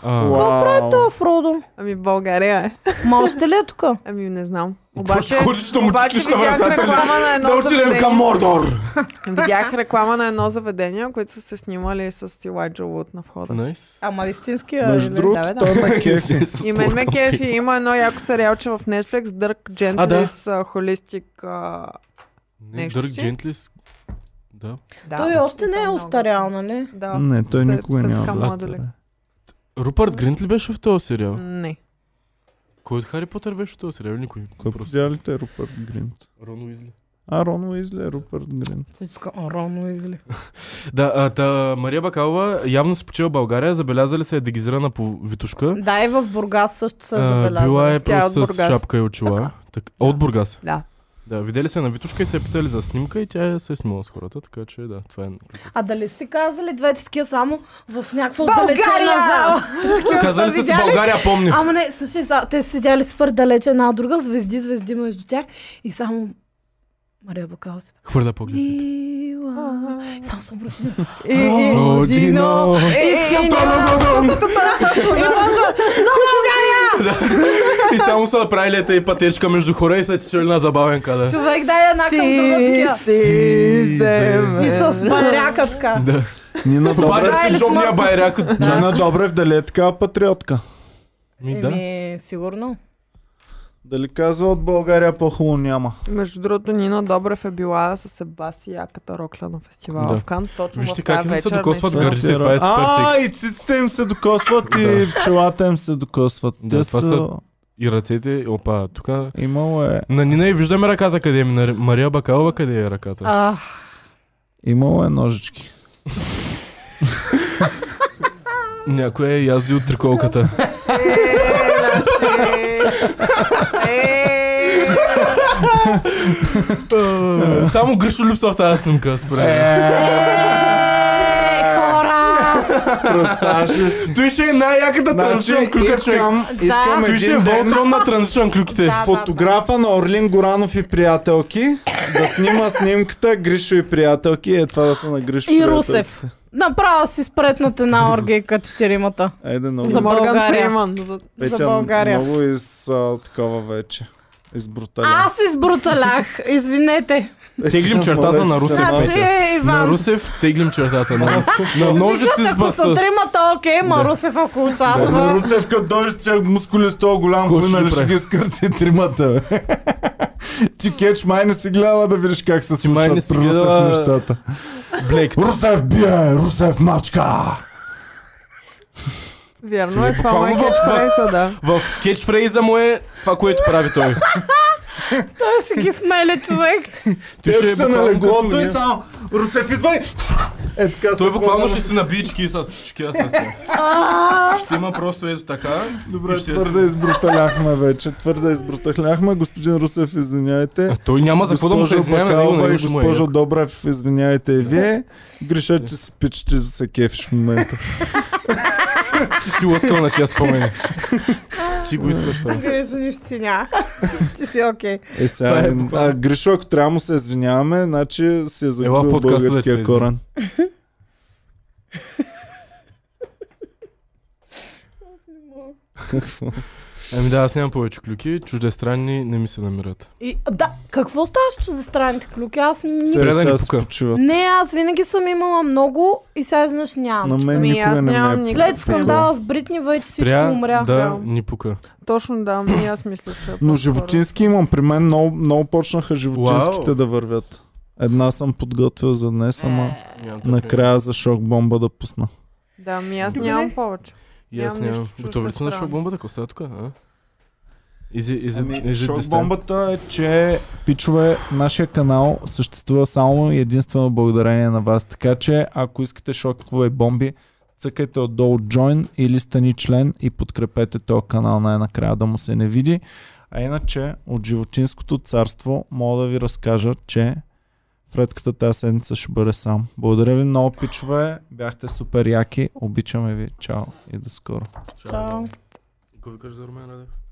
C: А,
A: Вау.
B: То, Фродо.
E: Ами в България е.
B: Ма още ли е тук?
E: Ами не знам.
C: Какво ще
E: Обаче,
C: ходиш да му
E: обаче
C: чукаш на
E: видях
C: вратата ли?
E: реклама на
C: Да
E: едно
C: отидем към
E: заведение.
C: Мордор!
E: Видях реклама на едно заведение, които са се снимали с Елайджа Луд на входа си.
C: Найс.
B: Ама истинския
A: Между
B: Между
A: другото, той е на кефи.
E: И мен ме кефи. Има едно яко сериалче в Netflix, Dirk Gently's а, Holistic. а,
C: Не,
E: Нещо
C: Дърг
E: си.
C: Джентлис. Да.
E: Да.
B: Той още не е
E: Много.
B: остарял, нали?
E: Да.
A: Не, той
E: Са-
A: никога
E: са
A: няма
E: така
A: да
E: младолик.
A: стане.
C: Рупърт Гринт ли беше в този сериал?
E: Не.
C: Кой от Хари Потър беше в този сериал? Никой.
A: Кой
C: Просто.
A: подя ли те е Рупърт Гринт?
C: Рон Уизли.
A: А, Рон Уизли е Рупърт Гринт.
B: Си тук, о, Рон Уизли.
C: Да, а, та, Мария Бакалова явно се почива в България. Забелязали се е дегизирана по витушка.
B: Да, и в Бургас също се
C: А,
B: забелязва.
C: била е
E: Тя е
C: просто
E: от
C: с
E: Бургас.
C: шапка и очила. Так, от Бургас.
E: Да.
C: Да, видели се на витушка и се е питали за снимка и тя се е снимала с хората, така че да, това е...
B: А дали си казали двете такива само в някаква
E: България!
B: отдалечена зала?
C: Казали се с България, помни.
B: Ама не, слушай, са- те са седяли супер далече една от друга, звезди, звезди между тях и само Мария Бакалова си.
C: Хвърля поглед.
B: Мила. И Само се обръща.
E: И- и-
C: Родино!
E: и- и- и-
C: И само са направили ета и пътечка между хора и са ти чули на забавен кадър.
B: Човек, дай една към друга такива.
E: си
B: И
E: земен.
B: с байрака така.
C: Да.
A: Нина Добрев,
C: Обадят си
B: Добре.
C: джобния байрак.
A: Нина Добрев дали е такава патриотка?
C: Ми да.
B: Еми, сигурно.
A: Дали казва от България по-хубаво няма?
E: Между другото, Нина Добрев е била с Себаси яката рокля на фестивала
C: Да.
E: в Кан. Точно
C: Вижте
E: в тази
C: как им се
E: вечер,
C: докосват
E: наистина.
C: гърди. Гърдите, това е супер
A: А,
C: секс.
A: и циците им се докосват и пчелата им се докосват.
C: Да,
A: Те
C: това
A: са...
C: са- И ръцете, опа, тук.
A: Имало е...
C: На Нина и виждаме ръката къде е. На Мария Бакалова къде е ръката?
B: А,
A: Имало е ножички.
C: Някой е яздил триколката.
E: значи! Е,
C: Само Гришо липсва в тази снимка, според
A: Е.
C: мен.
B: хора!
A: Представяш ли си?
C: Той ще е най-яката
A: Значи
C: транзишън клюка, човек.
A: искам, искам
C: Той ще е
A: един ден
C: Волтрон на транзишън клюките.
B: Да.
A: фотографа на Орлин Горанов и приятелки да снима снимката Гришо и приятелки. Е това да се на Гришо
B: И
A: приятелки.
B: Русев. Направо си спретнат една оргейка четиримата.
A: Айде много.
B: За
A: из-
B: България.
E: Морган Фриман. За...
A: Петя,
B: за България.
A: Много из а, такова вече. Из бруталя.
B: Аз избруталях, извинете.
C: Теглим чертата на Русев,
B: Значи,
C: На
B: Иван,
C: Русев теглим чертата. На, на ножици с
B: ако са
C: баса.
B: тримата, окей, ма Русев ако
A: На
B: участва.
A: Русев, като дойдеш, че е мускулисто голям
C: Кой
A: хуй,
C: ще
A: нали
C: ги
A: ще
C: прави?
A: ги скърци тримата. бе. Ти кеч май не си гледала да видиш как се
C: Ти май не
A: случват
C: си
A: при Русев
C: гледала-
A: нещата.
C: Блек.
A: Русев бие, Русев мачка!
E: Вярно е, това
C: Буквално
E: май
C: в-
E: кетчфрейса, да.
C: В кетчфрейза му е това, което прави той.
B: Той ще ги смеле човек.
C: Той
A: Те,
C: ще
A: ако
C: е
A: са на
C: буквално
A: легло,
C: като
A: той
C: ние.
A: само Русев идва и... Е, така се
C: Той буквално
A: клоня.
C: ще си набие чки с чкия с се. Ще има просто ето така.
A: Добре,
C: и ще е
A: твърде избруталяхме вече. Твърде избруталяхме. Господин Русев, извиняйте.
C: А той няма за какво да му се
A: Госпожо
C: извинява да
A: Бакалова
C: има
A: и
C: нещо му е.
A: госпожо Добрев, извиняйте и вие. Греша, че си пич, че се кефиш в момента.
C: Ти си лъскал на тия спомени. Ти го искаш сега.
B: Грижо нищо ти няма. Ти си окей.
A: Е,
C: Това
A: сега,
C: е
A: е, а, Гришо, ако трябва да му се извиняваме, значи си е
C: в
A: загубил
C: подкаста да се
A: българския
C: извиня.
A: корен. Какво?
C: Ами да, аз нямам повече клюки. Чуждестранни не ми се намират.
B: И, да, какво става с чуждестранните клюки? Аз ни...
A: Сега
C: да ги
A: сега се
C: пука.
A: почиват.
B: Не, аз винаги съм имала много и сега изведнъж нямам.
A: На мен
E: Ами,
A: никога
E: аз
A: не ме е
E: нямам
A: пукал.
B: След скандала с Бритни, вече всичко
C: Пря
B: умря.
C: да ни пука.
E: Точно да, ми аз мисля, че... е
A: Но животински имам. При мен много, много почнаха животинските
C: Уау.
A: да вървят. Една съм подготвил за днес, ама
C: Нямам търпение.
A: накрая за шок бомба да пусна.
E: Да, ми аз
B: Добре.
E: нямам повече.
C: И аз
E: Нямам
C: нямам.
E: нищо
C: Готови ли сме на
E: чуждестранно.
C: шок бомбата? Какво става тук? а? Is it, is it, is it
A: Ами,
C: this
A: шок
C: time?
A: бомбата е, че пичове, нашия канал съществува само и единствено благодарение на вас. Така че, ако искате шокове бомби, цъкайте отдолу join или стани член и подкрепете този канал най-накрая да му се не види. А иначе, от животинското царство мога да ви разкажа, че Фредката тази седмица ще бъде сам. Благодаря ви много, пичове. Бяхте супер яки. Обичаме ви. Чао и до скоро.
B: Чао.
C: Какво викаш за Румен Радев?